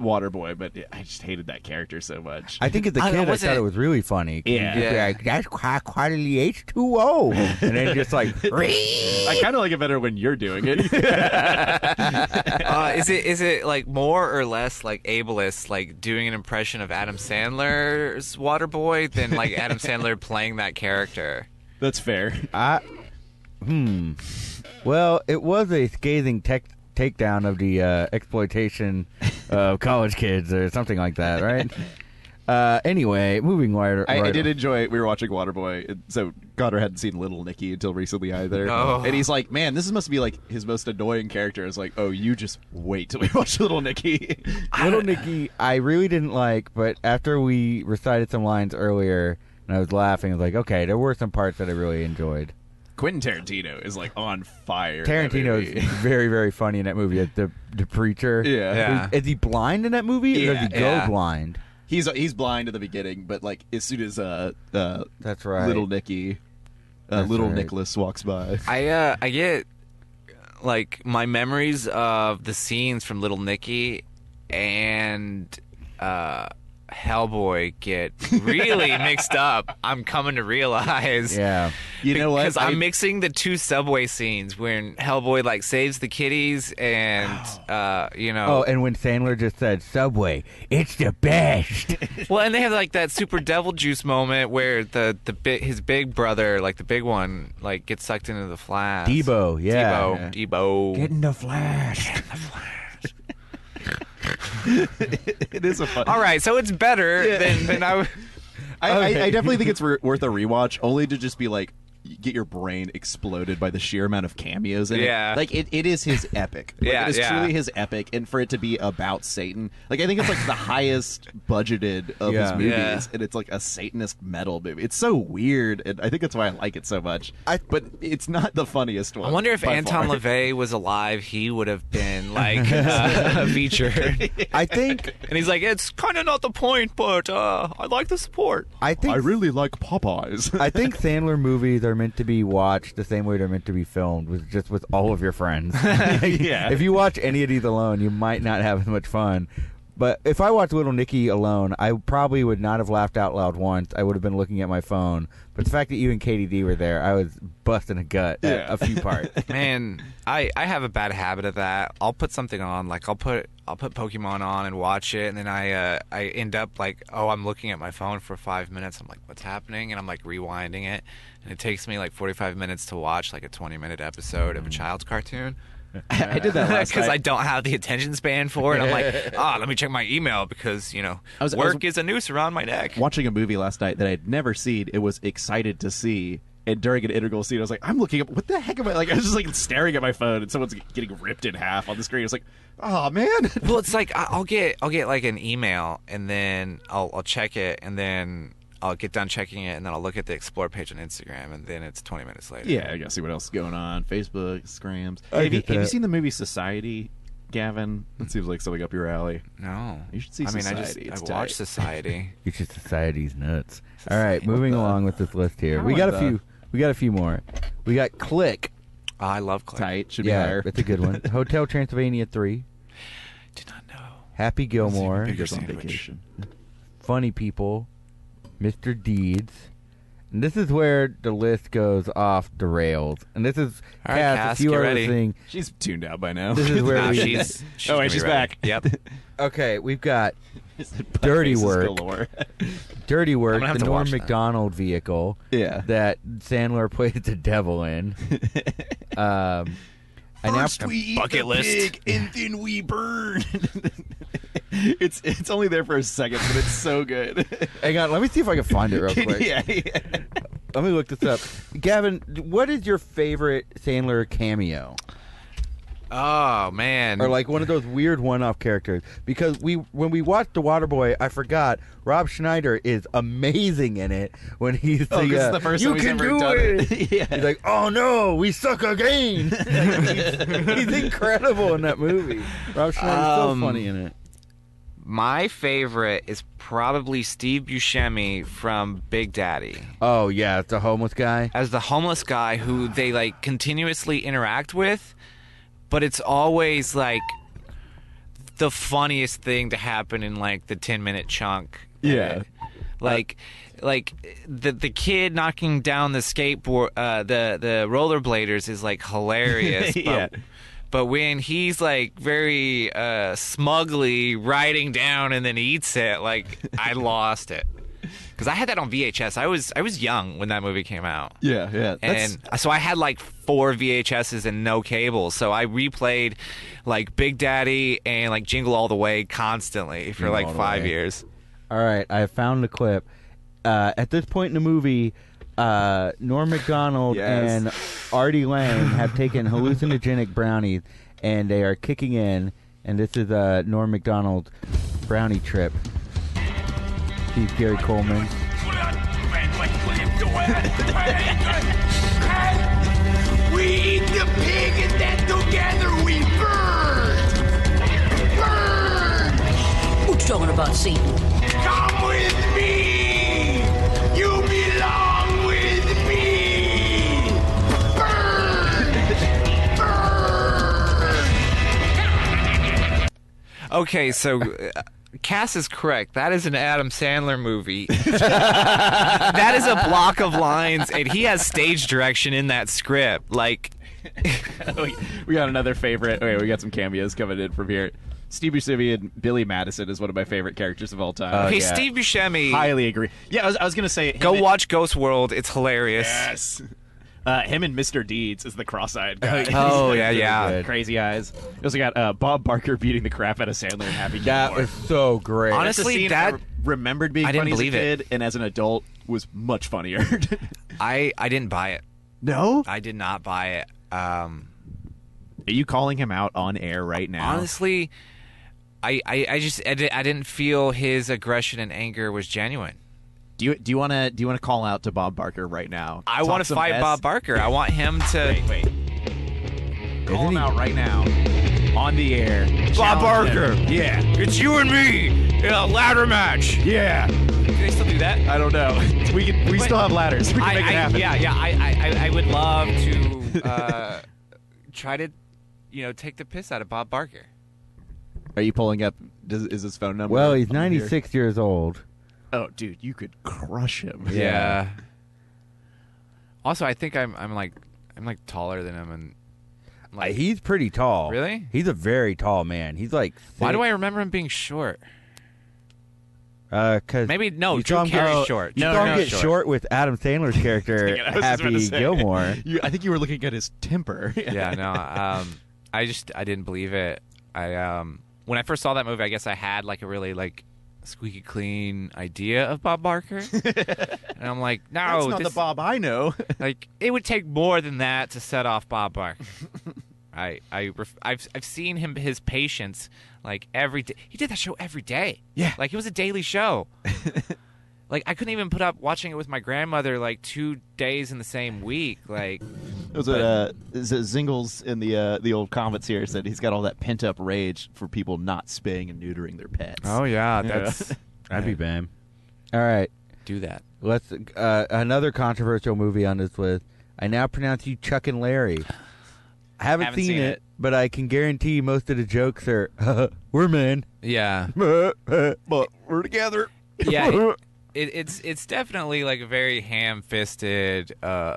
S1: Waterboy, but it, I just hated that character so much.
S2: I think as a
S3: I- I
S2: kid, I,
S3: wasn't-
S2: thought it was really funny.
S1: Yeah.
S2: You'd be
S3: Yeah.
S2: like, that's quite, quite H2O. and then just like,
S1: I kind of like it better when you're doing it.
S3: Uh, is it is it like more or less like ableist, like doing an impression of Adam Sandler's Waterboy than like Adam Sandler playing that character?
S1: That's fair.
S2: I, hmm. Well, it was a scathing tech takedown of the uh, exploitation of college kids or something like that, right? uh, anyway, moving right.
S1: I, I
S2: right
S1: did
S2: on.
S1: enjoy. We were watching Waterboy, and so Goddard hadn't seen Little Nicky until recently either.
S3: Oh.
S1: And he's like, "Man, this must be like his most annoying character." It's like, "Oh, you just wait till we watch Little Nicky."
S2: Little Nicky, I really didn't like, but after we recited some lines earlier and I was laughing, I was like, okay, there were some parts that I really enjoyed.
S1: Quentin Tarantino is like on fire. in that
S2: Tarantino
S1: movie.
S2: is very, very funny in that movie. as The the preacher.
S1: Yeah.
S3: Yeah.
S2: Is, is he blind in that movie? or
S1: Yeah,
S2: does he go
S3: yeah.
S2: blind?
S1: he's he's blind at the beginning, but like as soon as uh, uh
S2: That's right.
S1: little Nicky, uh,
S2: That's
S1: little
S2: right.
S1: Nicholas walks by.
S3: I uh, I get like my memories of the scenes from Little Nicky and uh, Hellboy get really mixed up. I'm coming to realize.
S2: Yeah.
S1: You know what?
S3: Because I'm
S1: I-
S3: mixing the two subway scenes when Hellboy like saves the kitties and uh, you
S2: Oh,
S3: know
S2: and when Sandler just said Subway, it's the best.
S3: well, and they have like that super devil juice moment where the the big his big brother like the big one like gets sucked into the flash.
S2: Debo, yeah.
S3: Debo, Debo.
S2: the flash.
S1: it is a fun.
S3: All right, so it's better than than I. w-
S1: I,
S2: okay.
S1: I, I definitely think it's re- worth a rewatch, only to just be like y- get your brain exploded by the sheer amount of cameos in
S3: Yeah.
S1: it. Like it, it is his epic. Like,
S3: Yeah,
S1: it is
S3: yeah.
S1: truly his epic, and for it to be about Satan, like I think it's like the highest budgeted of
S2: Yeah.
S1: his movies,
S3: Yeah.
S1: and it's like a Satanist metal movie. It's so weird, and I think that's why I like it so much.
S2: I-
S1: but it's not the funniest one.
S3: I wonder if
S1: by
S3: Anton
S1: far.
S3: LaVey was alive, he would have been like uh, featured.
S2: I think
S3: And he's like, it's kind of not the point, but uh, I like the support.
S2: I think
S1: really like Popeyes.
S2: I think Sandler movies are meant to be watched the same way they're meant to be filmed, with just with all of your friends.
S1: Yeah.
S2: If you watch any of these alone, you might not have as much fun. But if I watched Little Nicky alone, I probably would not have laughed out loud once. I would have been looking at my phone. But the fact that you and Katie D were there, I was busting a gut at
S1: Yeah.
S2: a few parts.
S3: Man, I, I have a bad habit of that. I'll put something on, like I'll put I'll put Pokemon on and watch it, and then I uh, I end up like, oh, I'm looking at my phone for five minutes. I'm like, what's happening? And I'm like rewinding it, and it takes me like 45 minutes to watch like a 20 minute episode of a child's cartoon.
S1: I did Mm. that last
S3: because
S1: night.
S3: I don't have the attention span for it. I'm like, ah, let me check my email because you know,
S1: I was- I
S3: work
S1: was-
S3: is a noose around my neck.
S1: watching a movie last night that I'd never seen. It was excited to see. And during an integral scene, I was like, I'm looking up, what the heck am I? Like, I was just like staring at my phone and someone's getting ripped in half on the screen. It's like, oh, man.
S3: Well, it's like I- I'll get I'll get like an email and then I'll I'll check it and then I'll get done checking it and then I'll look at the explore page on Instagram and then it's 20 minutes later.
S1: Yeah, I gotta see what else is going on. Facebook, scrams.
S2: I
S1: Have you,
S2: get
S1: have you
S2: that.
S1: seen the movie Society, Gavin? That seems like something up your alley.
S3: No,
S1: You should see
S3: I mean,
S1: Society.
S3: I
S1: It's
S3: just I watch
S1: tight.
S3: Society.
S2: It's just society's nuts. All right, moving along with this list here. We
S1: How
S2: got a
S1: in
S2: few.
S1: the-
S2: We got a few more. We got Click.
S3: Oh, I love Claire.
S1: Tight. Should be
S2: Yeah,
S1: higher.
S2: that's a good one. Hotel Transylvania three.
S3: Did not know.
S2: Happy Gilmore.
S3: bigger
S1: Just on
S3: sandwich.
S1: vacation.
S2: Funny People, Mr. Deeds. And this is where the list goes off the rails. And this is
S3: All right,
S2: Cass,
S3: Cass,
S2: if you
S3: get
S2: are
S3: ready.
S2: listening.
S1: She's tuned out by now.
S2: This is where
S3: Nah,
S2: we-
S3: she's, she's
S1: Oh, wait,
S3: gonna be
S1: she's
S3: ready.
S1: back.
S3: Yep.
S2: Okay, we've got
S1: Dirty
S2: work. Dirty Work,
S3: gonna have
S2: the
S3: to
S2: Norm
S3: watch that.
S2: Macdonald vehicle
S1: Yeah.
S2: that Sandler played the devil in. um, I now
S1: First we eat
S3: bucket
S1: the
S3: list.
S1: pig, and then we burn. it's it's only there for a second, but it's so good.
S2: hang on. Let me see if I can find it real quick.
S1: yeah, yeah.
S2: Let me look this up. Gavin, what is your favorite Sandler cameo?
S3: Oh man.
S2: or like one of those weird one-off characters because we when we watched the Waterboy, I forgot Rob Schneider is amazing in it when he's
S1: Oh, 'cause
S2: the,
S1: it's
S2: uh,
S1: the first
S2: you
S1: time he's
S2: can
S1: ever
S2: do
S1: done
S2: it.
S1: it. Yeah.
S2: He's like, oh no, we suck again. he's, he's incredible in that movie. Rob Schneider's
S3: Um,
S2: so funny in it.
S3: My favorite is probably Steve Buscemi from Big Daddy
S2: Oh yeah, it's a homeless guy.
S3: as the homeless guy who they like continuously interact with, but it's always like the funniest thing to happen in like the 10 minute chunk.
S1: Yeah.
S3: Like like the the kid knocking down the skateboard uh the the rollerbladers is like hilarious.
S1: Yeah.
S3: But, but when he's like very uh smugly writing down and then eats it, like I lost it. Cuz I had that on VHS. I was I was young when that movie came out.
S1: Yeah, yeah. That's,
S3: And so I had like four VHSs and no cable. So I replayed like Big Daddy and like Jingle All the Way constantly for like
S2: All the
S3: five
S2: Way.
S3: years.
S2: All right, I found the clip. Uh, at this point in the movie, uh, Norm McDonald
S1: Yes.
S2: and Artie Lang have taken hallucinogenic brownies and they are kicking in. And this is uh, Norm McDonald's brownie trip. He's Gary Coleman.
S5: We eat the pig and then together we burn! Burn!
S6: What you talking about, Satan?
S5: Come with me! You belong with me! Burn! Burn!
S3: Okay, so uh, Cass is correct. That is an Adam Sandler movie. that is a block of lines, and he has stage direction in that script. Like,
S1: we, we got another favorite. Okay, we got some cameos coming in from here. Steve Buscemi and Billy Madison is one of my favorite characters of all time.
S2: Oh,
S3: hey, Steve Buscemi,
S1: highly agree. Yeah, I was, I was gonna say
S3: go
S1: him and-
S3: watch Ghost World. It's hilarious.
S1: Yes. Uh, him and Mr. Deeds is the cross-eyed guy.
S3: Oh, yeah, yeah.
S1: With Crazy eyes. We also got uh, Bob Barker beating the crap out of Sandler and Happy
S2: That
S1: Gilmore.
S2: was so great.
S3: Honest-
S1: That's a
S3: honestly,
S1: scene
S3: that-
S1: I re- remembered being
S3: I didn't
S1: funny
S3: believe
S1: as a
S3: it.
S1: kid, and as an adult was much funnier.
S3: I I didn't buy it.
S1: no,
S3: I did not buy it. Um,
S1: are you calling him out on air right now?
S3: honestly I, I i just I, di- I didn't feel his aggression and anger was genuine
S1: do you do you want to do you want to call out to Bob Barker right now?
S3: i want to fight bob barker i want him to
S1: Wait, call
S2: Isn't
S1: him
S2: he-
S1: out right now on the air.
S3: Bob
S1: Challenge
S3: Barker.
S1: him. Yeah,
S3: it's you and me in a ladder match
S1: yeah.
S3: can they still do that
S1: I don't know. We can, we still have ladders. We can
S3: I,
S1: make it
S3: I,
S1: happen.
S3: yeah yeah I, I I- i would love to uh try to you know take the piss out of bob barker
S1: Are you pulling up? Does, is his phone number?
S2: well, he's
S1: on here?
S2: 96 years old.
S1: Oh, dude, you could crush him.
S2: Yeah.
S3: also i think i'm i'm like i'm like taller than him and
S2: Like, Uh, he's pretty tall.
S3: Really?
S2: He's a very tall man. He's like.
S3: why do i remember him being short
S2: Uh, cause
S3: Maybe- no,
S2: You
S3: Drew
S2: saw him
S3: Carey's
S2: go-
S3: short.
S2: You
S3: No,
S2: saw him
S3: no,
S2: get
S3: short.
S2: short with Adam Sandler's character
S1: I was just about to
S2: Happy
S1: say.
S2: Gilmore.
S1: You, I think you were looking at his temper.
S3: yeah, no. Um, I just I didn't believe it. I um, when I first saw that movie, I guess I had like a really like squeaky clean idea of Bob Barker, and I'm like, no,
S1: That's not
S3: Oh, this-
S1: the Bob I know.
S3: like it would take more than that to set off Bob Barker. I I ref- I've I've seen him his patience like every day. He did that show every day.
S1: Yeah.
S3: like it was a daily show. like I couldn't even put up watching it with my grandmother like two days in the same week. Like
S1: It was uh, Z- Zingles in the uh, the old comments here said he's got all that pent up rage for people not spaying and neutering their pets.
S3: yeah,
S1: that's-
S2: I'd be bam. All right,
S3: do that.
S2: let's uh, another controversial movie on this list. I now pronounce you Chuck and Larry. I haven't,
S3: Haven't seen it.
S2: but I can guarantee most of the jokes are we're men,
S3: Yeah,
S1: but we're together.
S3: yeah. It, it- it's it's definitely like a very ham-fisted. Uh,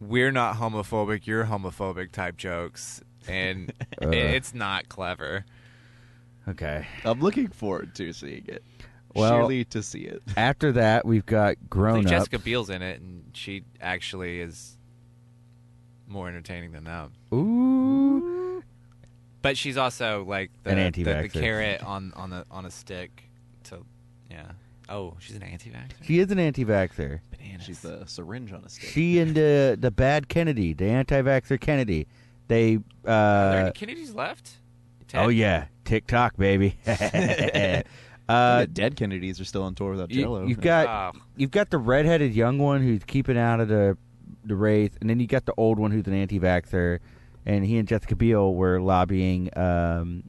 S3: we're not homophobic. You're homophobic type jokes, and
S2: Uh.
S3: i it's not clever.
S2: Okay.
S1: I'm looking forward to seeing it.
S2: Well-
S1: Surely to see it.
S2: After that, we've got
S3: I
S2: Grown
S3: think
S2: Up.
S3: Jessica Biel's in it, and she actually is more entertaining than them.
S2: Ooh.
S3: But she's also like the,
S2: An
S3: the, the
S2: anti-vaxxer.
S3: carrot on on a on a stick. To yeah. Oh, she's an anti-vaxxer.
S2: She is an anti vaxxer.
S3: Bananas.
S4: She's the syringe on a stick.
S2: She and uh, the, the bad Kennedy, the anti vaxxer Kennedy, they.
S3: Are there
S2: Uh,
S3: any Kennedys left? Ted?
S2: oh, yeah. TikTok, baby.
S4: Uh,
S2: uh,
S4: dead Kennedys are still on tour without Jello.
S2: you, have got
S3: Oh.
S2: you've got the redheaded young one who's keeping out of the the race, and then you got the old one who's an anti-vaxxer, and he and Jessica Biel were lobbying um,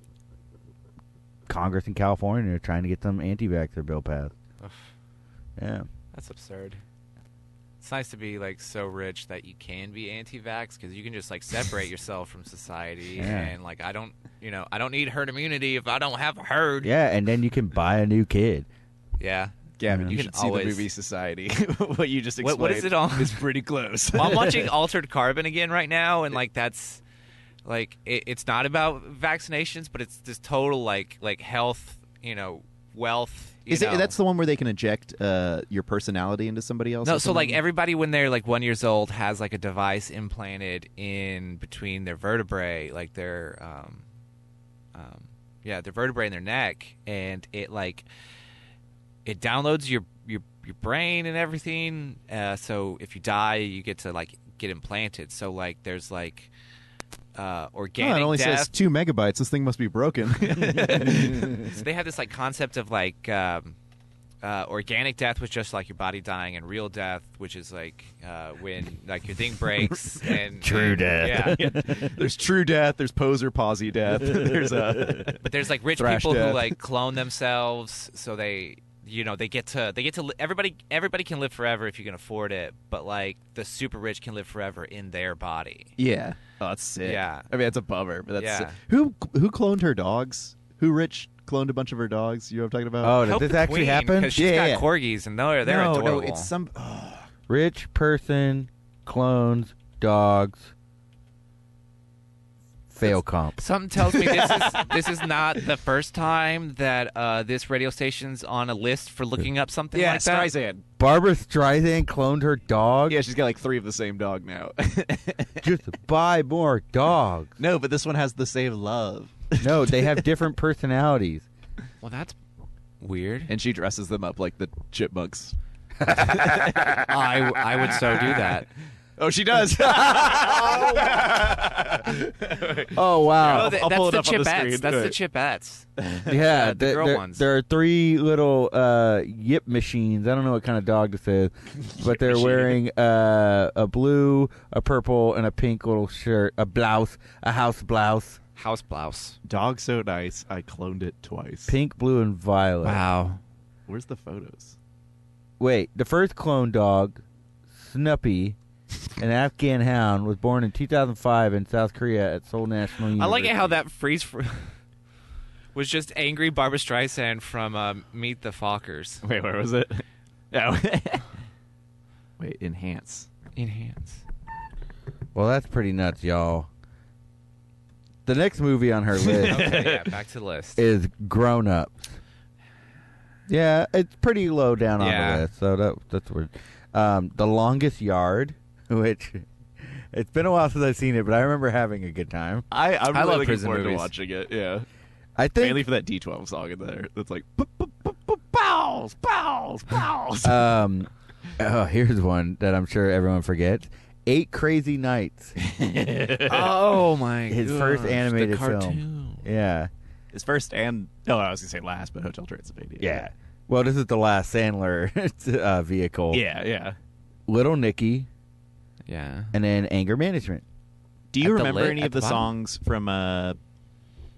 S2: Congress in California trying to get some anti-vaxxer bill passed.
S3: Ugh,
S2: Yeah,
S3: that's absurd. It's nice to be like so rich that you can be anti-vax because you can just like separate yourself from society
S2: Yeah.
S3: and like I don't, you know, I don't need herd immunity if I don't have a herd.
S2: yeah, and then you can buy a new kid.
S3: Yeah.
S1: Gavin,
S2: Yeah.
S1: you,
S3: You
S1: should
S3: can
S1: see
S3: always-
S1: the movie Society. what you just
S3: What-
S1: explained
S3: what is it all-
S1: It's pretty close.
S3: Well, I'm watching Altered Carbon again right now, and like that's like it, it's not about vaccinations, but it's this total like like health, you know, wealth. you
S4: Is it,
S3: know.
S4: that's the one where they can eject uh, your personality into somebody else?
S3: no,
S4: or
S3: so like
S4: something?
S3: everybody when they're like one years old has like a device implanted in between their vertebrae, like their um, um, yeah, their vertebrae in their neck, and it like it downloads your your your brain and everything. Uh, so if you die, you get to like get implanted. So like there's like uh,
S4: Oh,
S3: organic
S4: it only
S3: death.
S4: says two megabytes. This thing must be broken.
S3: So they have this like concept of like um, uh, organic death, which is just like your body dying, and real death, which is like uh, when like your thing breaks and
S2: True death.
S3: Yeah,
S4: there's true death. There's poser posy death. There's a
S3: but there's like rich
S4: Thrash
S3: people who
S4: death.
S3: like clone themselves, so they you know they get to they get to li- everybody everybody can live forever if you can afford it, but like the super rich can live forever in their body.
S4: yeah.
S1: Oh, that's sick.
S3: Yeah.
S1: I mean, that's a bummer, but that's
S3: Yeah.
S1: sick.
S4: Who who cloned her dogs? Who rich cloned a bunch of her dogs? You know what I'm talking about?
S2: Oh, did
S3: Help
S2: this
S3: the
S2: actually
S3: queen,
S2: happen?
S3: 'cause she's
S4: Yeah,
S3: got
S4: yeah.
S3: corgis and they're they're
S4: no,
S3: adorable.
S4: no, it's some. oh,
S2: Rich person clones dogs. Fail comp.
S3: Something tells me this is this is not the first time that uh, this radio station's on a list for looking up something
S1: Yeah,
S3: like that.
S1: Streisand.
S2: Barbara Streisand cloned her dog.
S1: Yeah, she's got like three of the same dog now.
S2: Just buy more dogs.
S1: no, but this one has the same love,
S2: No, they have different personalities.
S3: Well, that's weird.
S1: and she dresses them up like the chipmunks.
S3: I, I would so do that.
S1: Oh, she does.
S2: Oh
S3: Oh,
S2: wow!
S3: th-
S1: I'll
S3: that's
S1: pull it
S3: the
S1: up on the
S3: chipettes.
S1: screen.
S3: that's the
S1: Right.
S3: chipettes.
S2: yeah,
S3: the
S2: there,
S3: girl
S2: there-
S3: ones.
S2: there are three little uh, yip machines. I don't know what kind of dog this is, but they're wearing uh, a blue, a purple, and a pink little shirt, a blouse, a house blouse,
S3: House blouse.
S1: dog so nice. I cloned it twice.
S2: pink, blue, and violet.
S3: Wow.
S1: Where's the photos?
S2: Wait, the first clone dog, Snuppy, an Afghan hound, was born in 2005 in South Korea at Seoul National
S3: I
S2: University.
S3: like it how that freeze fr- was just angry Barbara Streisand from uh, Meet the Fockers.
S1: Wait, where was it? Oh. Wait, enhance.
S3: Enhance.
S2: Well, that's pretty nuts, y'all. The next movie on her list
S3: Okay, yeah, back to the list.
S2: is Grown Ups. Yeah, it's pretty low down on
S3: Yeah.
S2: the list, so that, that's weird. Um, the Longest Yard, which it's been a while since I've seen it, but I remember having a good time.
S1: I I'm
S3: I
S1: really
S3: love
S1: looking
S3: prison
S1: forward
S3: movies.
S1: to watching it. Yeah,
S2: I think
S1: mainly for that D12 song in there. That's like "Boop, boop, boop, boop, bows, bows, bows.
S4: Uh,
S2: um, oh, here's one that I'm sure everyone forgets: Eight Crazy Nights.
S3: oh my!
S2: His first
S3: gosh,
S2: animated
S3: the
S2: film.
S3: cartoon.
S2: Yeah,
S1: His first and no, I was gonna say last, but Hotel Transylvania.
S2: yeah. Well, this is the last Sandler uh, vehicle.
S1: yeah, yeah.
S2: Little Nicky,
S3: Yeah.
S2: and then Anger Management.
S4: Do
S3: At
S4: you
S3: the
S4: remember
S3: lit-
S4: any
S3: at
S4: of
S3: the
S4: the,
S3: bottom.
S4: songs from uh,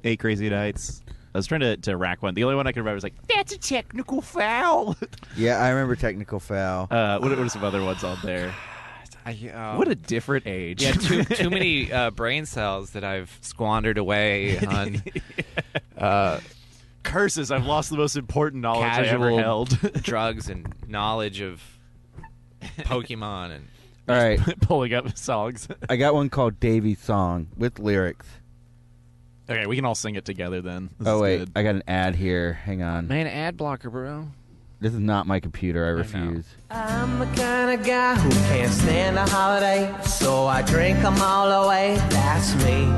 S4: Eight Crazy Nights? I was trying to, to rack one. The only one I could remember was like, "That's a technical foul."
S2: Yeah, I remember Technical Foul.
S1: Uh, what, what are some other ones on there?
S3: uh,
S1: What a different age.
S3: Yeah, too too many uh, brain cells that I've squandered away on
S4: Curses! I've lost the most important knowledge I ever
S3: casual
S4: held.
S3: drugs and knowledge of Pokemon and
S2: All right,
S1: Pulling up songs.
S2: I got one called Davy's Song with lyrics.
S1: okay, we can all sing it together then. This
S2: oh
S1: is
S2: wait,
S1: good.
S2: I got an ad here. Hang on.
S3: man ad blocker, bro.
S2: This is not my computer. I refuse.
S7: I'm the kind of guy who can't stand a holiday, so I drink 'em all away. That's me.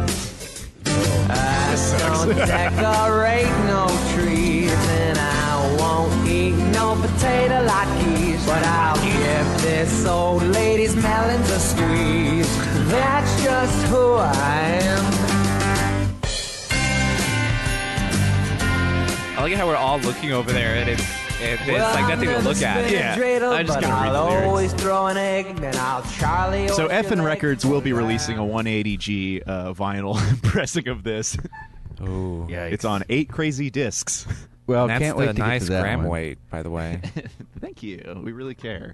S7: I don't decorate no trees, and I won't eat no potato lockies, but I'll give this old lady's melons a squeeze. That's just who I am.
S3: I like how we're all looking over there, and it's, and it's like nothing to look at.
S7: Dreidel,
S3: I just
S7: but
S3: gotta read the
S7: I'll
S3: lyrics.
S7: always throw an egg, then I'll Charlie.
S1: So
S7: Orchard
S1: Effin
S7: like
S1: Records will be releasing a 180G uh, vinyl pressing of this.
S8: Oh, yeah.
S1: It's on eight crazy discs.
S2: Well,
S8: That's
S2: can't
S8: the
S2: wait to
S8: nice
S2: get to that
S8: gram
S2: one.
S8: weight, by the way.
S1: Thank you. We really care.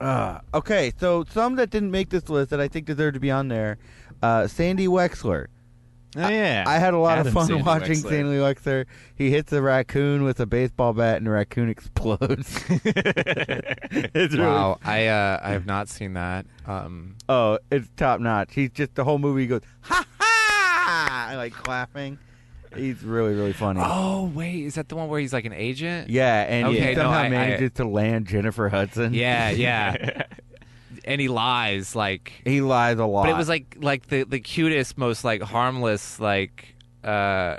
S2: Uh, okay, so some that didn't make this list that I think deserve to be on there. Uh, Sandy Wexler.
S1: Oh, yeah.
S2: I had a lot
S1: Adam
S2: of fun
S1: Sandler
S2: watching
S1: Wexler.
S2: Sandy Wexler. He hits a raccoon with a baseball bat, and the raccoon explodes. it's really
S8: wow, I uh, I have not seen that. Um,
S2: Oh, it's top notch. He's just the whole movie he goes ha ha, and, like clapping. He's really really funny.
S8: oh wait, is that the one where he's like an agent?
S2: Yeah, and
S8: Okay,
S2: he
S8: no,
S2: somehow
S8: I- I-
S2: manages to land Jennifer Hudson.
S3: Yeah, yeah. and he lies like,
S2: he lies a lot.
S3: but it was like like the the cutest, most like harmless like. uh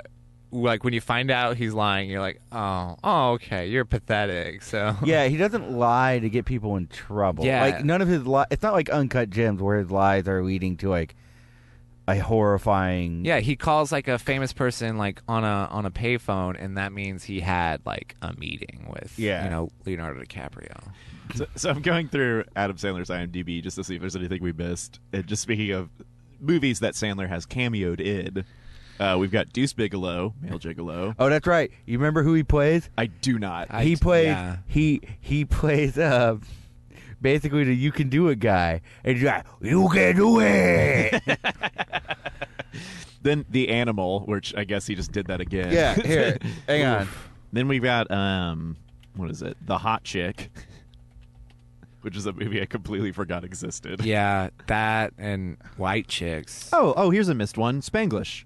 S3: like when you find out he's lying, you're like, oh, oh, okay, you're pathetic. So
S2: yeah, he doesn't lie to get people in trouble.
S3: Yeah.
S2: like none of his li- It's not like Uncut Gems where his lies are leading to like a horrifying.
S3: Yeah, he calls like a famous person like on a on a payphone, and that means he had like a meeting with
S2: Yeah.
S3: you know Leonardo DiCaprio.
S1: So, so I'm going through Adam Sandler's IMDb just to see if there's anything we missed. And just speaking of movies that Sandler has cameoed in, uh, we've got Deuce Bigelow, male gigolo.
S2: Oh, that's right. You remember who he plays?
S1: I do not.
S3: I-
S2: he plays
S3: yeah.
S2: he he plays uh basically the you can do it guy and he's like you can do it
S1: then the animal, which I guess he just did that again.
S2: yeah here hang on
S1: Then we've got um, what is it? The Hot Chick, which is a movie I completely forgot existed.
S8: Yeah, that and White Chicks.
S1: Oh, oh, here's a missed one. Spanglish.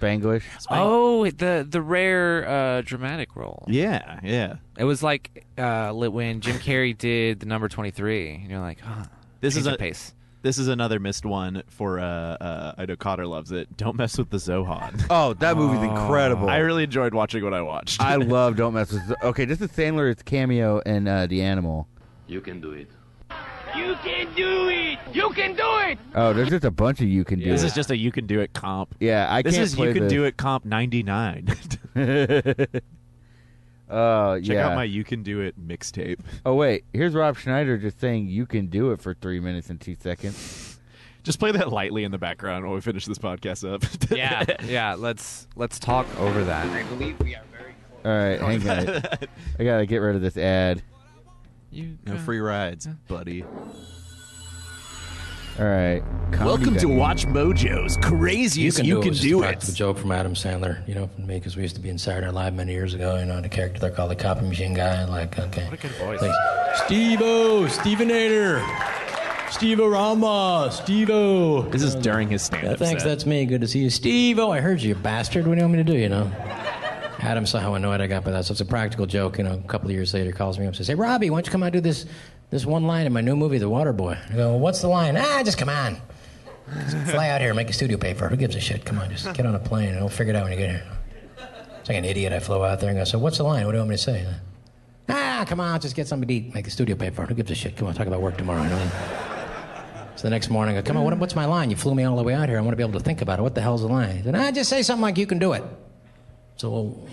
S2: Spanglish
S8: Oh, the the rare uh, dramatic role.
S1: Yeah, yeah.
S8: It was like uh, li- when Jim Carrey did the number twenty three, and you're like, huh,
S1: This
S8: change
S1: is
S8: the
S1: a-
S8: pace.
S1: This is another missed one for uh, uh I know Cotter loves it. Don't mess with the Zohan.
S2: oh that movie's incredible
S1: I
S2: I,
S1: really enjoyed watching what I watched.
S2: love don't mess with okay this is Sandler's cameo in uh, the animal
S9: You can do it.
S5: You can do it! You can do it!
S2: oh there's just a bunch of you can do
S1: This
S2: it
S1: is just a you can do it comp.
S2: yeah I
S1: This
S2: can't
S1: is
S2: play
S1: you can
S2: this.
S1: do it comp 99. Check
S2: oh yeah
S1: out my you can do it mixtape.
S2: oh wait here's Rob Schneider just saying you can do it for three minutes and two seconds
S1: Just play that lightly in the background while we finish this podcast up.
S3: Yeah, yeah.
S8: Let's let's talk over that.
S2: all right
S1: Oh,
S2: hang on I gotta get rid of this ad.
S8: You
S1: no free rides, buddy.
S2: All right.
S5: Welcome to
S2: Watch.
S5: Watch Mojo's Craziest You Can
S9: is
S5: Do
S9: a
S5: It.
S9: practical joke from Adam Sandler, you know, from me, because we used to be in Saturday Night Live many years ago, you know, and a character there called the Copy Machine Guy. Like, okay. What a good voice. Steve O, Stevenator, Steve Rama, Steve O.
S1: This is during his
S9: Yeah,
S1: stand-up
S9: thanks.
S1: set.
S9: That's me. Good to see you, Steve. Oh, I heard you, bastard. What do you want me to do? You know. Adam saw how annoyed I got by that, so it's a practical joke. You know, a couple of years later, he calls me up and says, "Hey, Robbie, why don't you come out and do this this one line in my new movie, The Water Boy?" I go, "What's the line?" Ah, just come on, just fly out here, make a studio pay for it. Who gives a shit? Come on, just get on a plane and we'll figure it out when you get here. It's like an idiot. I flew out there and go, "So what's the line? What do you want me to say?" Ah, come on, just get something to eat, make a studio pay for it. Who gives a shit? Come on, talk about work tomorrow. You know? So the next morning, I go, come on, what, what's my line? You flew me all the way out here. I want to be able to think about it. What the hell's the line? He said, ah, just say something like, you can do it. So, well, what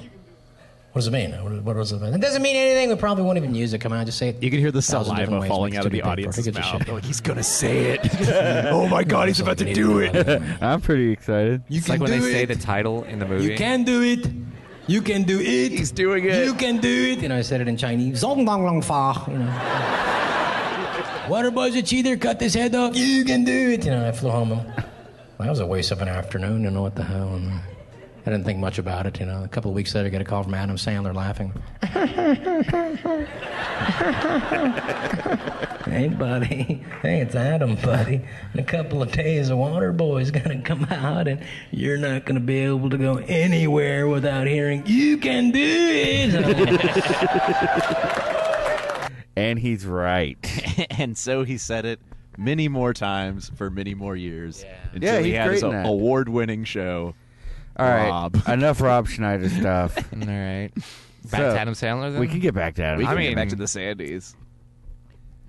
S9: does it mean? What, what does it mean? It doesn't mean anything. We probably won't even use it. Come on, just say it.
S1: You can hear the
S9: Thousand different
S1: saliva
S9: ways
S1: falling
S9: makes
S1: out of the
S9: two different
S1: audience's
S9: people. Who
S1: mouth.
S9: gives a
S1: Like,
S9: shit?
S1: he's gonna say it. oh my god, he's about to do it.
S2: I'm pretty excited.
S9: You
S3: It's like when they say the title in the movie.
S9: You can do it. You can do it. He's doing it. You can do it. You know, I said it in Chinese. Zong dong long fa. You know. Water boy's a cheater. Cut his head off. You can do it. You know, I flew home. Well, That was a waste of an afternoon. You know what the hell? And, uh, I didn't think much about it, you know. A couple of weeks later, I get a call from Adam Sandler laughing. hey, buddy. Hey, it's Adam, buddy. In a couple of days, the water boy's going to come out, and you're not going to be able to go anywhere without hearing, You can do it. And I'm like,
S2: And he's right.
S1: and so he said it many more times for many more years until
S2: Yeah,
S1: he
S2: he's
S1: had his
S2: great in that.
S1: award-winning show.
S2: All right,
S1: Rob.
S2: enough Rob Schneider stuff.
S3: All right. Back
S2: So,
S3: to Adam Sandler then?
S2: we can get back to Adam.
S1: We
S3: I
S1: can
S3: mean-
S1: get back to the Sandys.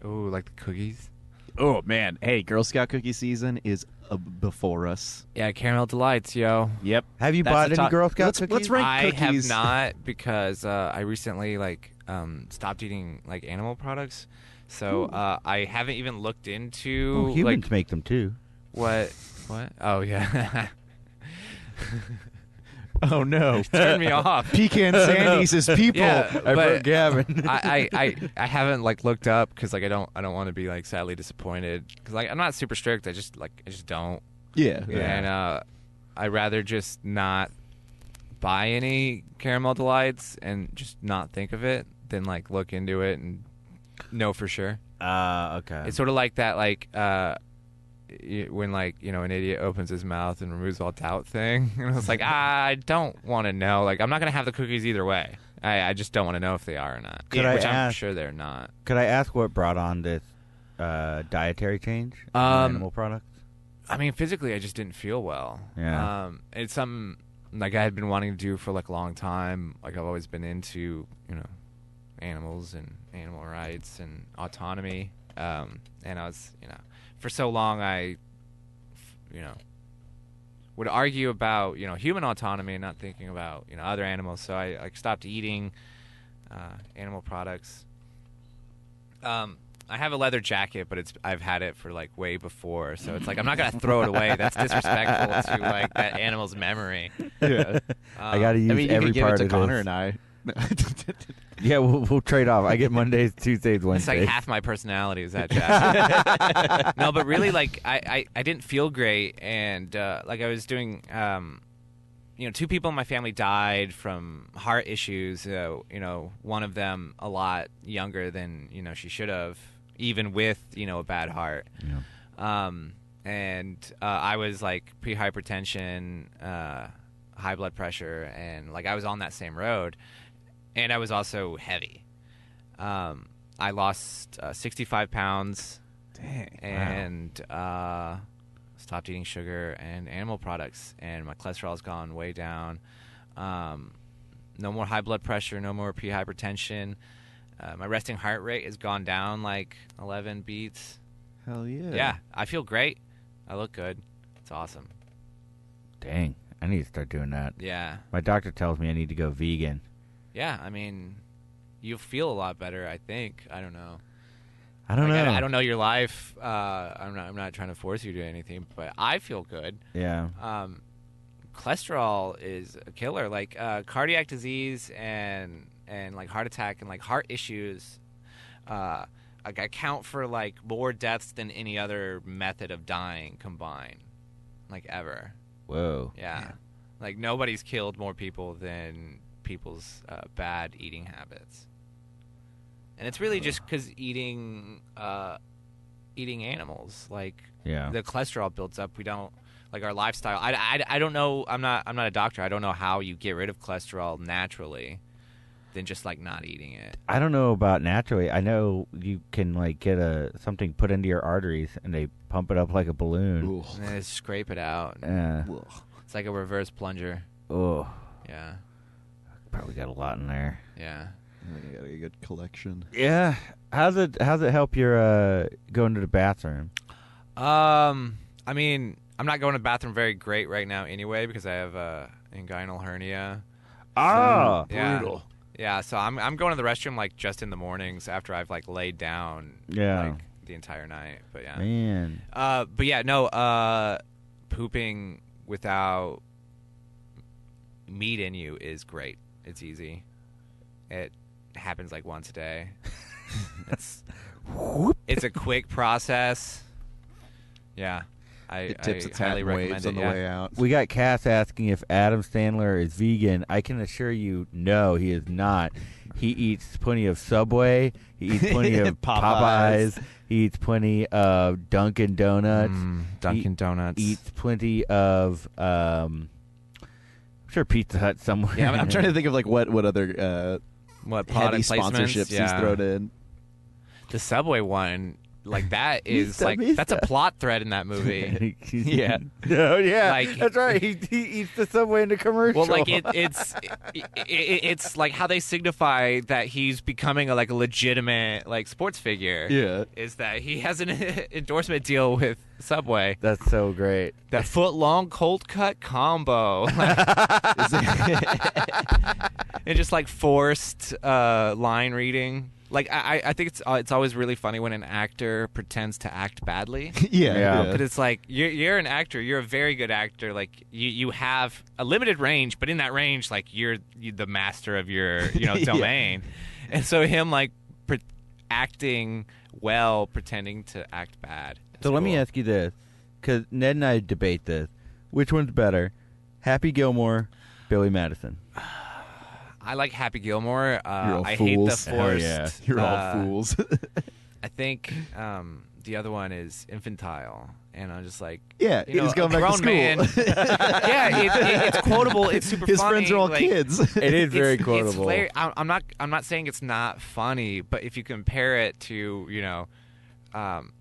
S3: Ooh, like the cookies.
S1: Oh man, hey, Girl Scout cookie season is uh, before us.
S3: Yeah, caramel delights, yo.
S1: Yep.
S2: Have you
S1: That's
S2: bought
S1: the
S2: any
S1: top-
S2: Girl Scout
S1: let's-
S2: cookies?
S1: let's rank-
S3: I
S1: cookies.
S3: have not because uh, I recently like um, stopped eating like animal products, so uh, I haven't even looked into
S2: Ooh, humans
S3: like
S2: make them too.
S3: what Oh, what. Oh yeah,
S1: Oh no,
S3: turn me off.
S1: Pecan Sandys is people.
S3: Yeah,
S2: I
S3: but
S2: broke Gavin.
S3: I, I, I, I haven't like looked up because like I don't I don't want to be like sadly disappointed because like I'm not super strict. I just like I just don't.
S1: Yeah.
S3: and uh, I rather just not buy any caramel delights and just not think of it than like look into it and know for sure.
S2: uh, okay.
S3: It's sort of like that, like uh, y- when like you know an idiot opens his mouth and removes all doubt thing, and it's like "Ah, I don't want to know. Like I'm not gonna have the cookies either way. I, I just don't want to know if they are or not.
S2: Could
S3: Yeah,
S2: I
S3: which I'm
S2: ask-
S3: sure they're not.
S2: Could I ask what brought on this uh, dietary change? in
S3: Um,
S2: animal products.
S3: I mean, physically, I just didn't feel well.
S2: Yeah.
S3: Um, it's something like I had been wanting to do for like a long time. Like I've always been into, you know, animals and animal rights and autonomy. Um, and I was, you know, for so long I, you know, would argue about you know human autonomy and not thinking about you know other animals. So I like stopped eating uh, animal products. Um, I have a leather jacket, but it's I've had it for like way before, so it's like I'm not gonna throw it away. That's disrespectful to like that animal's memory. Um,
S1: yeah.
S2: I got to use
S1: I mean, you
S2: every
S1: can give
S2: part
S1: it to
S2: of
S1: Connor
S2: this.
S1: and I.
S2: Yeah, we'll, we'll trade off. I get Mondays, Tuesdays,
S3: It's like "Ah,
S2: Wednesdays.
S3: half my personality is that jacket. no, but really, like I, I, I didn't feel great, and uh, like I was doing, um, you know, two people in my family died from heart issues. Uh, you know, one of them a lot younger than you know she should have, even with you know a bad heart. Um, and uh, I was like pre hypertension, uh, high blood pressure, and like I was on that same road, and I was also heavy. Um, I lost uh, 65 pounds. And uh, stopped eating sugar and animal products, and my cholesterol's gone way down. Um, no more high blood pressure, no more prehypertension. Uh, my resting heart rate has gone down like 11 beats.
S1: Hell yeah.
S3: Yeah, I feel great. I look good. It's awesome.
S2: Dang, I need to start doing that.
S3: Yeah.
S2: My doctor tells me I need to go vegan.
S3: Yeah, I mean, you feel a lot better, I think. I don't know.
S2: I don't
S3: Like,
S2: know.
S3: I, I don't know your life. Uh, I'm not I'm not trying to force you to do anything, but I feel good.
S2: Yeah.
S3: Um, cholesterol is a killer. Like uh, cardiac disease and and like heart attack and like heart issues. Uh, like account for like more deaths than any other method of dying combined, like ever.
S2: Whoa.
S3: Yeah. Like nobody's killed more people than people's uh, bad eating habits. And it's really just because eating, uh, eating animals, like
S2: Yeah.
S3: the cholesterol builds up. We don't like our lifestyle. I, I, I don't know. I'm not I'm not a doctor. I don't know how you get rid of cholesterol naturally, than just like not eating it.
S2: I don't know about naturally. I know you can like get a something put into your arteries and they pump it up like a balloon. Uh,
S3: And then just scrape it out.
S2: Yeah.
S3: It's like a reverse plunger.
S2: Oh,
S3: Yeah,
S2: probably got a lot in there.
S3: yeah.
S1: I think I got a good collection.
S2: Yeah. How's it how's it help your uh going to the bathroom?
S3: Um, I mean, I'm not going to the bathroom very great right now anyway because I have a inguinal hernia.
S2: Oh.
S3: Yeah. Yeah, so I'm I'm going to the restroom like just in the mornings after I've like laid down
S2: Yeah.
S3: like the entire night. But yeah.
S2: Man.
S3: Uh but yeah, no, uh pooping without meat in you is great. It's easy. It happens like once a day. it's it's a quick process. Yeah. I,
S1: It tips
S3: I
S1: its hat
S3: highly
S1: and
S3: recommend
S1: waves
S3: it.
S1: on the
S3: yeah.
S1: way out.
S2: We got Cass asking if Adam Sandler is vegan. I can assure you, no, he is not. He eats plenty of Subway. He eats plenty of
S1: Popeyes.
S2: Popeyes. He eats plenty of Dunkin' Donuts.
S3: Mm, Dunkin' Donuts.
S2: He eats plenty of, um, I'm sure Pizza Hut somewhere.
S1: Yeah, I'm, I'm trying to think of like what what other
S3: what
S1: uh, heavy
S3: product
S1: sponsorships
S3: placements? Yeah.
S1: he's thrown in.
S3: The Subway one, like that
S2: He's
S3: is
S2: the
S3: like
S2: beast.
S3: that's a plot thread in that movie.
S2: yeah. No, yeah.
S3: Like-
S2: that's right. He, he eats the Subway in the commercial.
S3: Well, like it, it's it, it, it's like how they signify that he's becoming a like a legitimate like sports figure.
S1: Yeah.
S3: is that he has an endorsement deal with Subway?
S2: That's so great.
S3: That foot long cold cut combo, and just like forced uh, line reading. Like I, I- I think it's uh, it's always really funny when an actor pretends to act badly.
S1: Yeah,
S2: Yeah.
S3: But it's like you're you're an actor. You're a very good actor. Like you you have a limited range, but in that range, like you're, you the master of your you know
S1: Yeah.
S3: domain. And so him like pre- acting well, pretending to act bad. It's
S2: So let me
S3: cool.
S2: ask you this, because Ned and I debate this: which one's better, Happy Gilmore, Billy Madison?
S3: I like Happy Gilmore. Uh,
S1: You're all
S3: I
S1: fools.
S3: hate the forced.
S1: You're
S3: uh,
S1: all fools.
S3: I think um, the other one is infantile, and I'm just like,
S1: Yeah,
S3: you know,
S1: he's going
S3: a
S1: back to
S3: grown
S1: school.
S3: Man, yeah, it, it, it's quotable. It's super.
S1: His
S3: funny,
S1: friends are all
S3: like,
S1: kids.
S2: It is very
S3: it's,
S2: quotable.
S3: It's hilarious. I- I'm not. I'm not saying it's not funny, but if you compare it to, you know, um,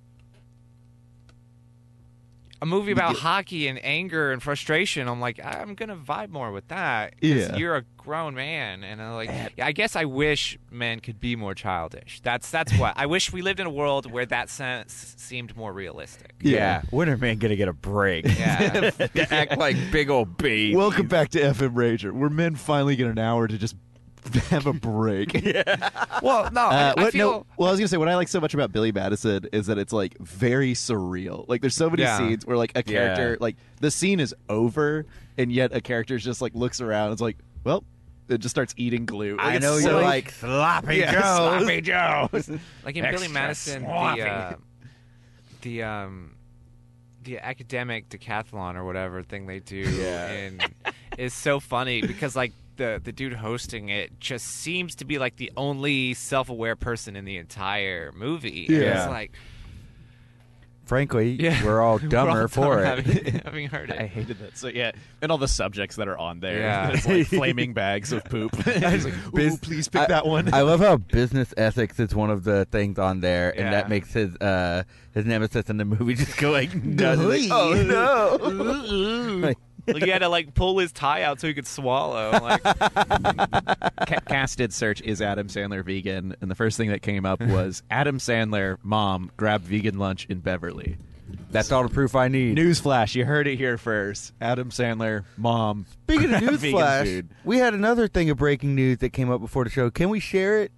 S3: a movie about hockey and anger and frustration, I'm like, I'm gonna vibe more with that. 'cause
S1: Yeah.
S3: you're a grown man, and I'm like, yeah, I guess I wish men could be more childish. That's that's what I wish we lived in a world where that sense seemed more realistic.
S1: Yeah.
S2: when are man gonna get a break?
S3: Yeah.
S2: to act like big old baby.
S1: Welcome back to FM Rager, where men finally get an hour to just have a break.
S3: well, no, I,
S1: Uh,
S3: I
S1: what,
S3: feel.
S1: no, well, I was gonna say what I like so much about Billy Madison is that it's like very surreal. Like there's so many
S3: Yeah.
S1: scenes where like a character,
S2: Yeah.
S1: like the scene is over, and yet a character just like looks around. and It's like, well, it just starts eating glue. Like,
S2: I
S1: it's
S2: know
S1: so,
S2: you're like oh, sloppy
S1: Yeah,
S2: Joe.
S1: sloppy
S2: Joe.
S3: like in Billy
S2: Extra
S3: Madison, the
S2: sloppy.
S3: uh, the um the academic decathlon or whatever thing they do in, is so funny because like the the dude hosting it just seems to be like the only self aware person in the entire movie. And
S1: Yeah.
S3: it's like
S2: Frankly,
S3: yeah,
S2: we're all
S3: we're
S2: dumber
S3: all
S2: for
S3: dumb
S2: it.
S3: Having, having heard it,
S1: hated that. So yeah, and all the subjects that are on there,
S3: Yeah.
S1: it's like flaming bags of poop. It's like, "Ooh,
S2: Biz-
S1: please pick
S2: I-
S1: that one.
S2: I love how business ethics is one of the things on there, and
S3: Yeah.
S2: that makes his uh, his nemesis in the movie just go like, nuts. Like, oh no. Like,
S3: like he had to like pull his tie out so he could swallow. I'm like,
S1: Ca- Cass did search is Adam Sandler vegan, and the first thing that came up was Adam Sandler mom grabbed vegan lunch in Beverly.
S2: That's all the proof I need.
S1: Newsflash, you heard it here first. Adam Sandler mom.
S2: Speaking of
S1: Vegan
S2: newsflash,
S1: food.
S2: we had another thing of breaking news that came up before the show. Can we share it?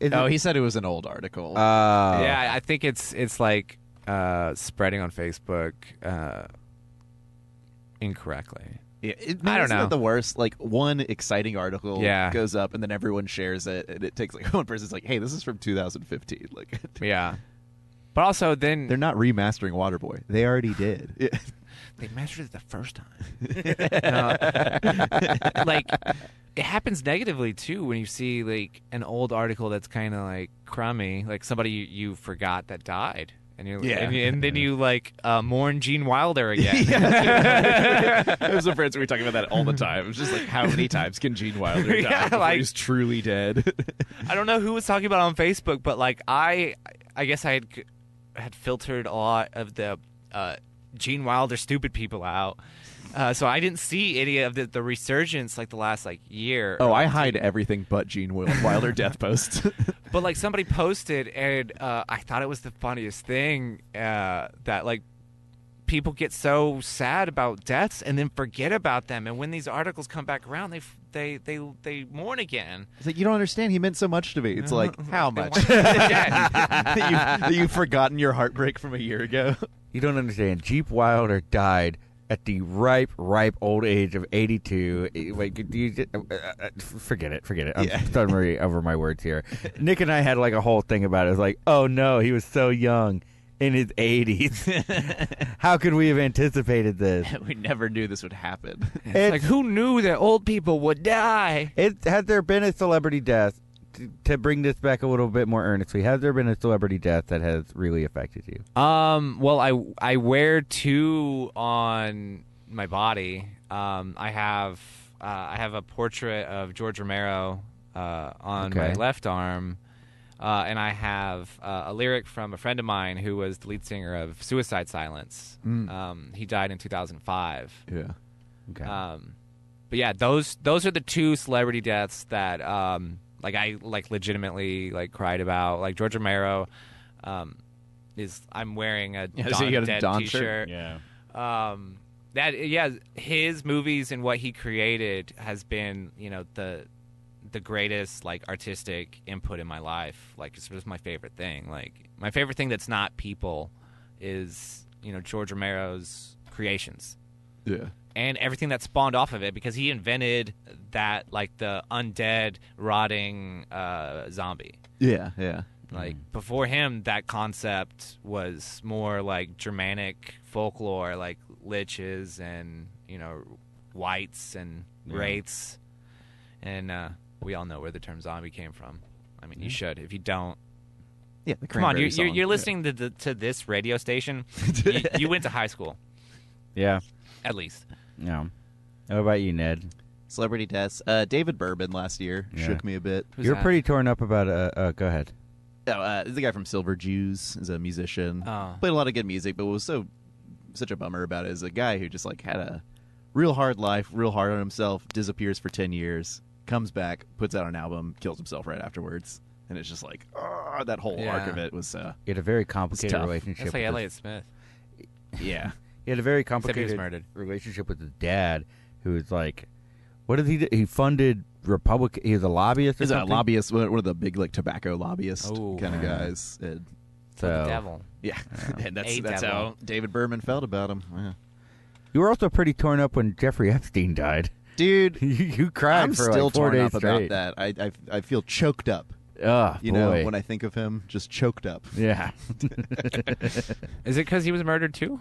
S2: Is
S1: Oh,
S2: it-
S1: he said it was an old article.
S2: Uh,
S3: yeah, I think it's it's like uh, spreading on Facebook uh, incorrectly.
S1: Yeah, it-
S3: I don't
S1: isn't that
S3: know.
S1: the worst, like one exciting article
S3: Yeah.
S1: goes up and then everyone shares it, and it takes like one person's like, "Hey, this is from 2015." Like
S3: Yeah. But also then
S1: they're not remastering Waterboy; they already did. Yeah.
S3: they measured it the first time. No. like it happens negatively too when you see like an old article that's kind of like crummy, like somebody you, you forgot that died. And, you
S1: Yeah.
S3: and, and then you like uh, mourn Gene Wilder again.
S1: It was a friends we were talking about that all the time. It was just like, how many times can Gene Wilder die
S3: Yeah,
S1: before
S3: like-
S1: he's truly dead?
S3: I don't know who was talking about it on Facebook, but like I, I guess I had had filtered a lot of the uh, Gene Wilder stupid people out, uh, so I didn't see any of the, the resurgence like the last like year.
S1: oh, I hide everything but Gene Wil- Wilder death posts.
S3: But like somebody posted, and uh, I thought it was the funniest thing uh, that like people get so sad about deaths and then forget about them, and when these articles come back around, they f- they they they mourn again.
S1: It's like you don't understand. He meant so much to me. It's like how
S3: They
S1: much
S3: want- Yeah.
S1: that, you, that you've forgotten your heartbreak from a year ago.
S2: You don't understand. Jeep Wilder died at the ripe, ripe old age of 82. Eh, Like, do you just, uh, uh, uh, forget it. Forget it. I'm stuttering over my words here. Nick and I had like a whole thing about it. It was like, oh no, he was so young. in his 80s. How could we have anticipated this?
S1: we never knew this would happen.
S2: It's-
S3: It's like who knew that old people would die?
S2: It has there been a celebrity death to, to bring this back a little bit more earnestly? Has there been a celebrity death that has really affected you?
S3: Um. Well, I I wear two on my body. Um. I have uh, I have a portrait of George Romero uh, on my
S2: Okay.
S3: left arm, uh, and I have uh, a lyric from a friend of mine who was the lead singer of Suicide Silence. Um. He died in 2005.
S1: yeah.
S2: Okay.
S3: Um. But yeah, those those are the two celebrity deaths that um like I like legitimately like cried about. Like George Romero, um, is I'm wearing a
S1: Yeah,
S3: Dawn
S1: so you got
S3: of
S1: a
S3: Dead
S1: Dawn shirt?
S3: t-shirt.
S10: Yeah.
S3: Um, that yeah, his movies and what he created has been you know the the greatest like artistic input in my life. Like it's just my favorite thing. Like my favorite thing that's not people is you know George Romero's creations
S1: Yeah.
S3: and everything that spawned off of it because he invented that like the undead rotting uh, zombie
S1: Yeah. Yeah.
S3: like before him that concept was more like germanic folklore like liches and you know whites and wraiths and uh, we all know where the term zombie came from i mean you should if you don't
S1: Yeah. The
S3: come on you're,
S1: Cranberry
S3: you're,
S1: song.
S3: you're listening to, the, to this radio station you, you went to high school
S2: yeah.
S3: at least
S2: No. How about you, Ned?
S1: Celebrity deaths. Uh, David Bourbon last year
S2: Yeah.
S1: shook me a bit.
S3: Who's
S2: You're
S3: that?
S2: pretty torn up about. Uh, uh, go ahead.
S1: Oh, uh, the guy from Silver Jews is a musician.
S3: Oh.
S1: Played a lot of good music, but what was so such a bummer about it is a guy who just like had a real hard life, real hard on himself, disappears for ten years, comes back, puts out an album, kills himself right afterwards, and it's just like, oh, that whole arc
S3: Yeah.
S1: of it was, uh,
S2: You had a very complicated
S1: tough.
S2: relationship.
S3: that's like
S2: with
S3: elliot
S2: his-
S3: smith
S1: yeah,
S2: He had a very
S3: he was
S2: complicated
S3: murdered.
S2: relationship with his dad, who was like, what did he do? He funded Republic. He was a lobbyist. Or
S1: he's a
S2: something?
S1: lobbyist, one one of the big like tobacco lobbyist
S3: Oh.
S1: kind of guys. And,
S3: the
S2: So-
S3: devil
S1: yeah, and that's
S3: A
S1: that's
S3: devil.
S1: how David Berman felt about him. Yeah.
S2: You were also pretty torn up when Jeffrey Epstein died.
S1: Dude,
S2: you, you cried
S1: I'm
S2: for
S1: still
S2: like four
S1: torn
S2: days
S1: up
S2: straight.
S1: about that. I, I I feel choked up.
S2: Oh,
S1: You know, when I think of him, just choked up.
S2: yeah.
S3: is it because he was murdered too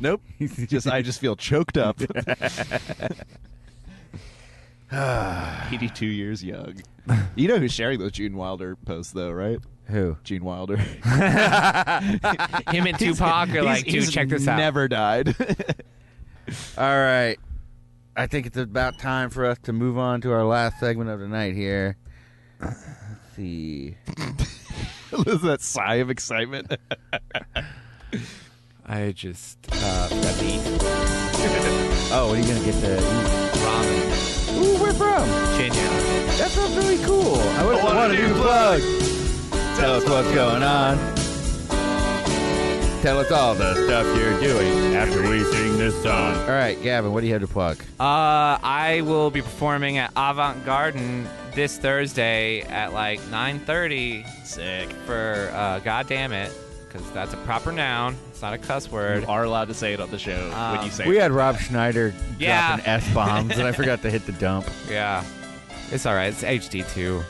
S1: Nope. just I just feel choked up. 82 years young. You know who's sharing those Gene Wilder posts though, right?
S2: Who?
S1: Gene Wilder.
S3: him and tupac are
S1: He's-
S3: like dude
S1: he's
S3: check this out
S1: Never died.
S2: All right. I think it's about time for us to move on to our last segment of the night here. Let's see.
S1: There's that sigh of excitement.
S3: i just
S2: Oh, what are you going to get to eat? Ooh, where from? That sounds really cool. I would want to do plug. Tell us what's going on. Tell us all the stuff you're doing after we sing this song. All right, Gavin, what do you have to plug?
S3: Uh, I will be performing at Avant Garden this Thursday at like 9:30
S1: Sick.
S3: for uh, God damn it, because that's a proper noun. It's not a cuss word.
S1: Are allowed to say it on the show when
S3: Um,
S1: you say
S2: We had Rob Schneider
S3: Yeah.
S2: dropping S bombs, and I forgot to hit the dump.
S3: Yeah, it's all right. It's HD2.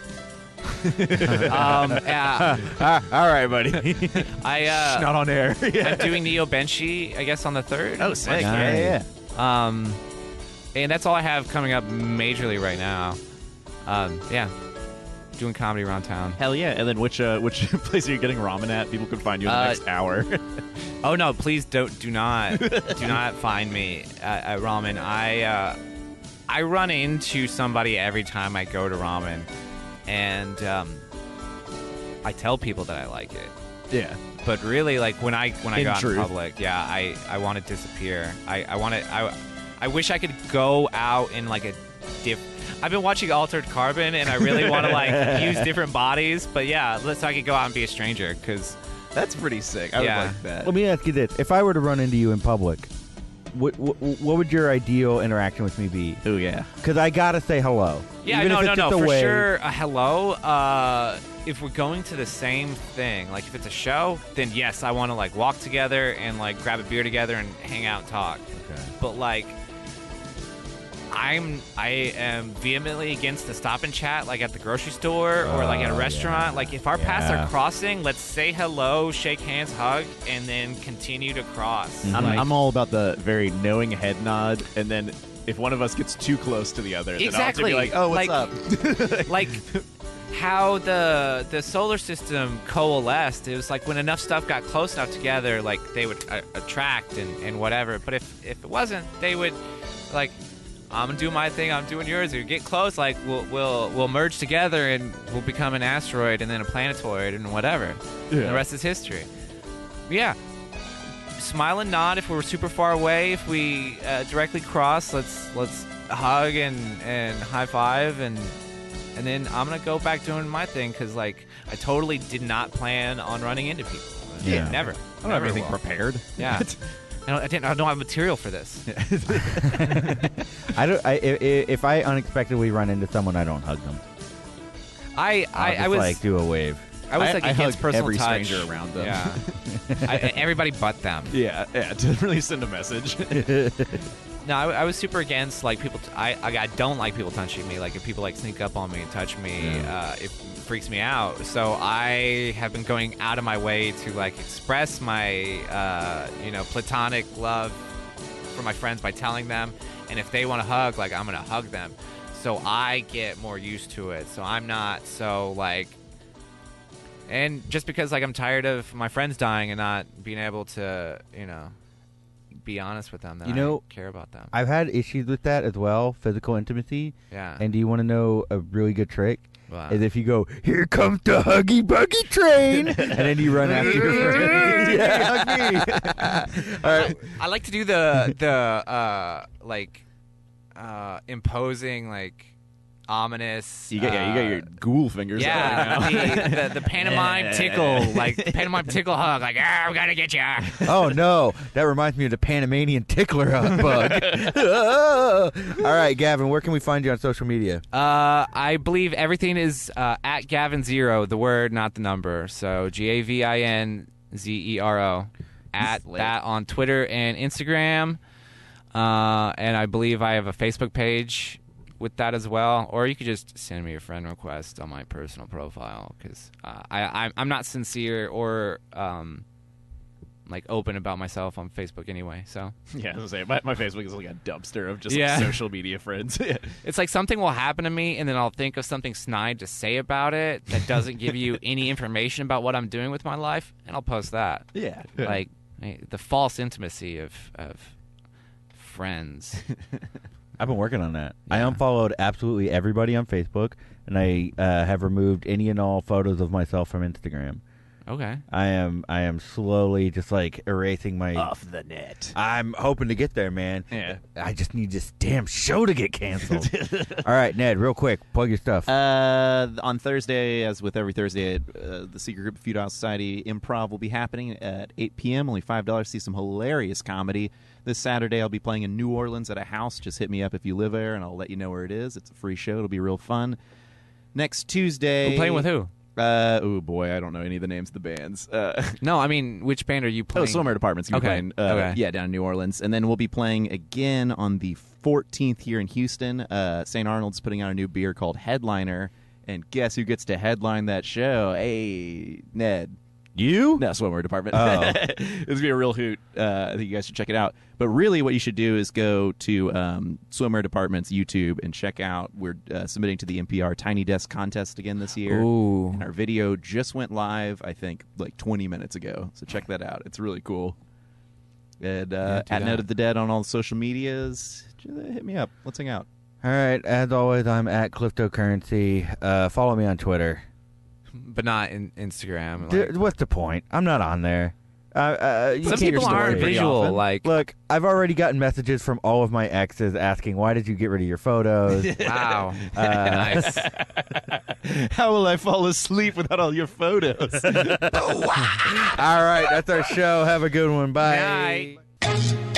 S3: um, yeah,
S2: Ah, all right, buddy.
S3: I uh,
S1: not on air. yeah.
S3: I'm doing Neo Benchi, I guess, on the third.
S1: Oh, sick. Yeah,
S2: Nice.
S1: yeah, yeah.
S3: Um, and that's all I have coming up majorly right now. Um, yeah, doing comedy around town.
S1: Hell yeah! And then which uh, which place are you getting ramen at? People can find you in the
S3: Uh,
S1: next hour.
S3: Oh no! Please don't do not do not find me at, at ramen. I uh, I run into somebody every time I go to ramen, and um, I tell people that I like it.
S1: yeah,
S3: But really, like when I when I
S1: In
S3: go out
S1: truth.
S3: in public, yeah, I I want to disappear. I I want to I I wish I could go out in like a diff. I've been watching Altered Carbon, and I really want to like use different bodies. But yeah, let- so I could go out and be a stranger because
S1: that's pretty sick. I
S3: Yeah.
S1: would like that.
S2: Let me ask you this: If I were to run into you in public, what what, what would your ideal interaction with me be?
S1: Oh yeah.
S2: Because I gotta say hello.
S3: Yeah,
S2: Even
S3: no,
S2: if
S3: no,
S2: it's
S3: no,
S2: just a
S3: for
S2: wave.
S3: sure. Uh, hello. Uh, if we're going to the same thing, like if it's a show, then yes, I want to like walk together and like grab a beer together and hang out and talk.
S2: Okay.
S3: But like, I'm I am vehemently against the stop and chat like at the grocery store or like at a restaurant. Like if our paths
S2: Oh, Yeah.
S3: are crossing, let's say hello, shake hands, hug, and then continue to cross.
S2: Mm-hmm.
S5: I'm,
S3: Like,
S5: I'm all about the very knowing head nod, and then if one of us gets too close to the other,
S3: Exactly.
S5: then I'll have to be like, "Oh, what's up?"
S3: like how the the solar system coalesced. It was like when enough stuff got close enough together, like they would uh, attract and, and whatever. But if if it wasn't, they would like I'm gonna do my thing. I'm doing yours. If you get close, like we'll we'll we'll merge together and we'll become an asteroid and then a planetoid and whatever. And the rest is history. Yeah. Smile and nod if we're super far away. If we uh, directly cross, let's let's hug and and high five and and then I'm gonna go back doing my thing because like I totally did not plan on running into people.
S2: Yeah.
S3: Never.
S5: I don't have anything
S3: will.
S5: prepared.
S3: Yeah. I don't, I, didn't, I don't have material for this.
S2: I don't. I, i- i- if I unexpectedly run into someone, I don't hug them.
S3: I
S2: I'll
S3: I,
S2: just,
S3: I was
S2: like do a wave.
S3: I was
S5: I-
S3: like
S5: I
S3: against
S5: hug
S3: personal
S5: every
S3: touch.
S5: stranger around them.
S3: Yeah. I, everybody but them.
S5: Yeah, yeah, to really send a message.
S3: No, I, I was super against like people. T- I like, I don't like people touching me. Like if people like sneak up on me, and touch me, uh, it freaks me out. So I have been going out of my way to like express my uh, you know platonic love for my friends by telling them, and if they want to hug, like I'm gonna hug them. So I get more used to it. So I'm not so like and just because like I'm tired of my friends dying and not being able to, you know, be honest with them, that
S2: You
S3: I
S2: know,
S3: care about them.
S2: I've had issues with that as well, physical intimacy.
S3: yeah.
S2: And do you want to know a really good trick?
S3: Wow.
S2: Is if you go, here comes the huggy buggy train, and then you run after your friend. All right.
S3: I like to do the the uh like uh imposing like ominous
S5: You got, yeah, you got your
S3: uh,
S5: ghoul fingers. out
S3: yeah,
S5: right now.
S3: the, the, the pantomime tickle, like pantomime tickle hug, like ah, I'm gonna get you.
S2: Oh no, that reminds me of the Panamanian tickler hug bug. All right, Gavin, where can we find you on social media?
S3: Uh, I believe everything is uh, at Gavin Zero, the word, not the number. So G A V I N Z E R O. At that on Twitter and Instagram. Uh, and I believe I have a Facebook page with that as well. Or you could just send me a friend request on my personal profile because uh, I, I'm, I'm not sincere or um, like open about myself on Facebook anyway. So
S5: Yeah, I was gonna say, my, my Facebook is like a dumpster of just
S3: Yeah.
S5: like social media friends. Yeah.
S3: It's like something will happen to me, and then I'll think of something snide to say about it that doesn't give you any information about what I'm doing with my life, and I'll post that.
S5: yeah.
S3: Like eh, the false intimacy of of friends.
S2: I've been working on that. I unfollowed absolutely everybody on Facebook, and I uh, have removed any and all photos of myself from Instagram.
S3: Okay.
S2: I am I am slowly just like erasing my.
S5: off the net.
S2: I'm hoping to get there, man.
S5: Yeah.
S2: I just need this damn show to get canceled. all right, Ned, real quick, plug your stuff.
S1: Uh, on Thursday, as with every Thursday, at, uh, the Secret Group of Feudal Society Improv will be happening at 8 p.m. Only five dollars. See some hilarious comedy. This Saturday, I'll be playing in New Orleans at a house. Just hit me up if you live there, and I'll let you know where it is. It's a free show. It'll be real fun. Next Tuesday,
S3: Playing with who?
S1: Uh, oh boy, I don't know any of the names of the bands. Uh,
S3: No, I mean, which band are you
S1: Oh,
S3: playing?
S1: Swimmer Department's gonna be
S3: Okay.
S1: playing, uh,
S3: Okay.
S1: yeah, down in New Orleans, and then we'll be playing again on the 14th here in Houston. Uh, St. Arnold's putting out a new beer called Headliner, and guess who gets to headline that show? Hey, Ned.
S2: you?
S1: No, swimwear department.
S2: Oh.
S1: it's gonna be a real hoot. Uh, I think you guys should check it out. But really, what you should do is go to um, swimwear department's YouTube and check out. We're uh, submitting to the NPR Tiny Desk contest again this year.
S3: Ooh.
S1: And our video just went live. I think like 20 minutes ago. So check that out. It's really cool. And uh, at Note of the Dead on all the social medias. Just, uh, Hit me up. Let's hang out.
S2: All right, as always, I'm at Cryptocurrency. Uh, follow me on Twitter.
S3: But not in Instagram. like-
S2: There- what's the point? I'm not on there. Uh, uh, you
S3: some
S2: keep your
S3: people aren't
S2: story.
S3: visual. Like,
S2: Look, I've already gotten messages from all of my exes asking why did you get rid of your photos. Uh,
S3: wow, nice.
S5: How will I fall asleep without all your photos?
S2: all right, that's our show. Have a good one. Bye.
S3: Bye.